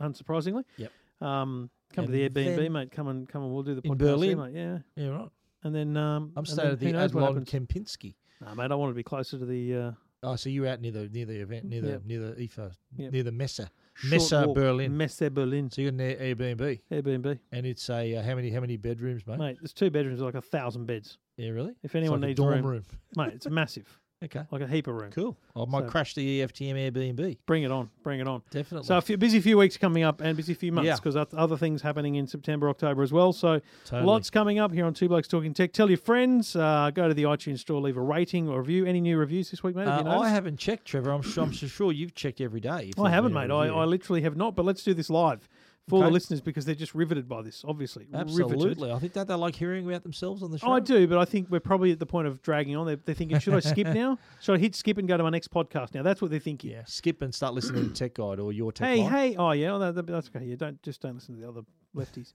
[SPEAKER 2] unsurprisingly.
[SPEAKER 1] Yep.
[SPEAKER 2] Um, come to the
[SPEAKER 1] And
[SPEAKER 2] Airbnb,
[SPEAKER 1] then-
[SPEAKER 2] mate. Come and come and we'll do the
[SPEAKER 1] In
[SPEAKER 2] podcast there,
[SPEAKER 1] Berlin.
[SPEAKER 2] mate. Yeah.
[SPEAKER 1] Yeah, right.
[SPEAKER 2] And then um,
[SPEAKER 1] I'm
[SPEAKER 2] and
[SPEAKER 1] staying
[SPEAKER 2] then
[SPEAKER 1] at the
[SPEAKER 2] who knows what
[SPEAKER 1] Adlon
[SPEAKER 2] happens?
[SPEAKER 1] Kempinski.
[SPEAKER 2] Nah, mate. I want to be closer to the uh,
[SPEAKER 1] Oh, so you out near the near the event, near the
[SPEAKER 2] Yep.
[SPEAKER 1] near the IFA,
[SPEAKER 2] Yep.
[SPEAKER 1] near the Messe,
[SPEAKER 2] short
[SPEAKER 1] Messe
[SPEAKER 2] walk-
[SPEAKER 1] Berlin.
[SPEAKER 2] Messe Berlin.
[SPEAKER 1] so you're near Airbnb,
[SPEAKER 2] Airbnb,
[SPEAKER 1] and it's a uh, how many how many bedrooms, mate?
[SPEAKER 2] mate. There's two bedrooms, like a thousand beds.
[SPEAKER 1] Yeah, really.
[SPEAKER 2] If
[SPEAKER 1] It's
[SPEAKER 2] anyone
[SPEAKER 1] like a
[SPEAKER 2] needs
[SPEAKER 1] dorm
[SPEAKER 2] room,
[SPEAKER 1] room.
[SPEAKER 2] mate, it's massive,
[SPEAKER 1] Okay,
[SPEAKER 2] like a heap of room.
[SPEAKER 1] cool. I might
[SPEAKER 2] So-
[SPEAKER 1] crash the E EFTM Airbnb.
[SPEAKER 2] Bring it on, bring it on.
[SPEAKER 1] Definitely.
[SPEAKER 2] So a few, busy few weeks coming up and busy few
[SPEAKER 1] Yeah.
[SPEAKER 2] months because other things happening in September, October as well. So
[SPEAKER 1] Totally.
[SPEAKER 2] lots coming up here on Two Blokes Talking Tech. Tell your friends, uh, go to the iTunes store, leave a rating or review. Any new reviews this week, mate? Have you
[SPEAKER 1] Uh, I
[SPEAKER 2] noticed?
[SPEAKER 1] haven't checked, Trevor. I'm sure, I'm so sure you've checked every day. if
[SPEAKER 2] I
[SPEAKER 1] there's
[SPEAKER 2] haven't,
[SPEAKER 1] been a
[SPEAKER 2] mate. I,
[SPEAKER 1] review.
[SPEAKER 2] I literally have not. But let's do this live for the
[SPEAKER 1] Okay.
[SPEAKER 2] listeners because they're just riveted by this. Obviously, Riveted.
[SPEAKER 1] absolutely. I think that they like hearing about themselves on the show.
[SPEAKER 2] I do, but I think we're probably at the point of dragging on. They're, they're thinking, should I skip now? Should I hit skip and go to my next podcast now? That's what they're thinking.
[SPEAKER 1] Yeah. Skip and start listening to Tech Guide or your Tech
[SPEAKER 2] Hey,
[SPEAKER 1] Line.
[SPEAKER 2] hey, oh yeah, that, that, that's okay. Yeah, don't just don't listen to the other lefties.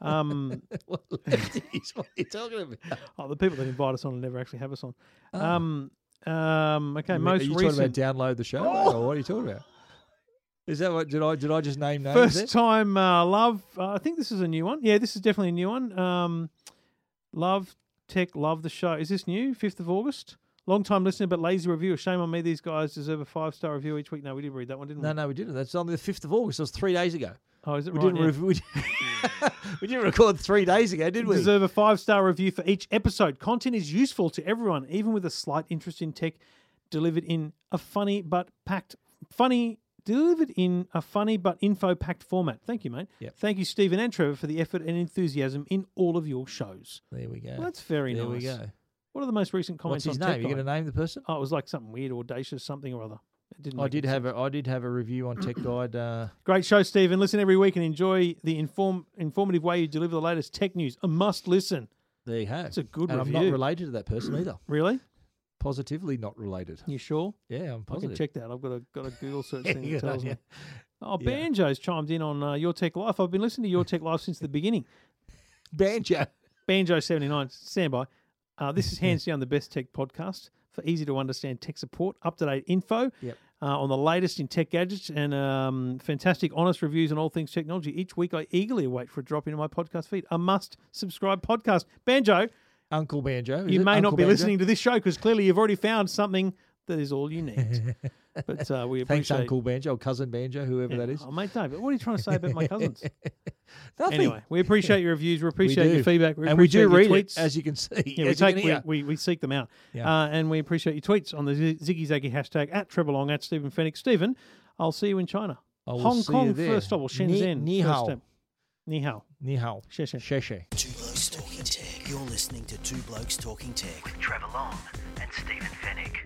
[SPEAKER 2] Um,
[SPEAKER 1] what lefties? What are you talking about?
[SPEAKER 2] oh, the people that invite us on and never actually have us on. Um, um, okay, most
[SPEAKER 1] are Ah. you
[SPEAKER 2] recent
[SPEAKER 1] talking about download the show? Or what are you talking about? Is that what did I did I just name names? there?
[SPEAKER 2] first time uh, love. Uh, I think this is a new one. Yeah, this is definitely a new one. Um, love tech, love the show. Is this new? Fifth of August. Long time listener, but lazy reviewer. Shame on me. These guys deserve a five star review each week. No, we did read that one, didn't
[SPEAKER 1] No,
[SPEAKER 2] we?
[SPEAKER 1] no, we didn't. That's on the fifth of August. That was three days ago.
[SPEAKER 2] Oh, is it
[SPEAKER 1] We
[SPEAKER 2] right?
[SPEAKER 1] didn't
[SPEAKER 2] yeah.
[SPEAKER 1] rev- we, d- we didn't record three days ago, did we?
[SPEAKER 2] deserve a five star review for each episode. Content is useful to everyone, even with a slight interest in tech, delivered in a funny but packed funny delivered in a funny but info packed format. Thank you, mate.
[SPEAKER 1] Yep.
[SPEAKER 2] Thank you, Stephen and Trevor, for the effort and enthusiasm in all of your shows.
[SPEAKER 1] There we go.
[SPEAKER 2] Well, that's very
[SPEAKER 1] there
[SPEAKER 2] nice.
[SPEAKER 1] we go.
[SPEAKER 2] What are the most recent comments
[SPEAKER 1] What's his
[SPEAKER 2] on
[SPEAKER 1] name? You
[SPEAKER 2] Tech
[SPEAKER 1] going
[SPEAKER 2] Guide?
[SPEAKER 1] to name the person?
[SPEAKER 2] Oh, it was like something weird, audacious, something or other. It didn't
[SPEAKER 1] I
[SPEAKER 2] make
[SPEAKER 1] did
[SPEAKER 2] any
[SPEAKER 1] have a I did have a review on Tech Guide. Uh,
[SPEAKER 2] Great show, Stephen. Listen every week and enjoy the inform informative way you deliver the latest tech news. A must listen.
[SPEAKER 1] there you go.
[SPEAKER 2] That's a good
[SPEAKER 1] and
[SPEAKER 2] review.
[SPEAKER 1] I'm not related to that person either.
[SPEAKER 2] really?
[SPEAKER 1] Positively not related.
[SPEAKER 2] You sure?
[SPEAKER 1] Yeah, I'm
[SPEAKER 2] I can
[SPEAKER 1] positive.
[SPEAKER 2] check that. I've got a got a Google search
[SPEAKER 1] Yeah,
[SPEAKER 2] thing
[SPEAKER 1] you
[SPEAKER 2] that
[SPEAKER 1] got-
[SPEAKER 2] tells
[SPEAKER 1] yeah.
[SPEAKER 2] me. Oh,
[SPEAKER 1] Yeah.
[SPEAKER 2] Banjo's chimed in on uh, Your Tech Life. I've been listening to Your Tech Life since the beginning.
[SPEAKER 1] Banjo.
[SPEAKER 2] Banjo seventy nine, standby. Uh, this is hands down the best tech podcast for easy to understand tech support, up to date info
[SPEAKER 1] Yep.
[SPEAKER 2] uh, on the latest in tech gadgets, and um, fantastic honest reviews on all things technology. Each week, I eagerly await for a drop into my podcast feed. A must subscribe podcast. Banjo,
[SPEAKER 1] Uncle Banjo. is
[SPEAKER 2] you
[SPEAKER 1] it?
[SPEAKER 2] may
[SPEAKER 1] Uncle
[SPEAKER 2] not be
[SPEAKER 1] Banjo?
[SPEAKER 2] listening to this show because clearly you've already found something that is all you need. but uh, we
[SPEAKER 1] Thanks,
[SPEAKER 2] appreciate
[SPEAKER 1] Uncle Banjo, or Cousin Banjo, whoever that is.
[SPEAKER 2] Oh, mate, Dave, what are you trying to say about my cousins?
[SPEAKER 1] Nothing.
[SPEAKER 2] anyway, we appreciate your reviews. We appreciate your
[SPEAKER 1] do.
[SPEAKER 2] feedback. We
[SPEAKER 1] and we do
[SPEAKER 2] appreciate
[SPEAKER 1] read
[SPEAKER 2] your
[SPEAKER 1] it,
[SPEAKER 2] tweets.
[SPEAKER 1] as you can see.
[SPEAKER 2] yeah, we,
[SPEAKER 1] as you
[SPEAKER 2] take,
[SPEAKER 1] can
[SPEAKER 2] we,
[SPEAKER 1] hear.
[SPEAKER 2] we, we seek them out.
[SPEAKER 1] Yeah.
[SPEAKER 2] Uh, and we appreciate your tweets on the Zi- Ziggy Zaggy hashtag at Trevor Long, at Stephen Fenix. Stephen, I'll see you in China.
[SPEAKER 1] I will
[SPEAKER 2] Hong
[SPEAKER 1] see you
[SPEAKER 2] Kong,
[SPEAKER 1] there.
[SPEAKER 2] first of all.
[SPEAKER 1] Ni-
[SPEAKER 2] Shenzhen.
[SPEAKER 1] ni
[SPEAKER 2] first
[SPEAKER 1] hao.
[SPEAKER 2] step. Ni hao.
[SPEAKER 1] Ni hao.
[SPEAKER 2] Xie xie.
[SPEAKER 1] Sheshe.
[SPEAKER 3] Two Blokes Talking Tech. You're listening to Two Blokes Talking Tech.
[SPEAKER 4] Trevor Long and Stephen Finnick.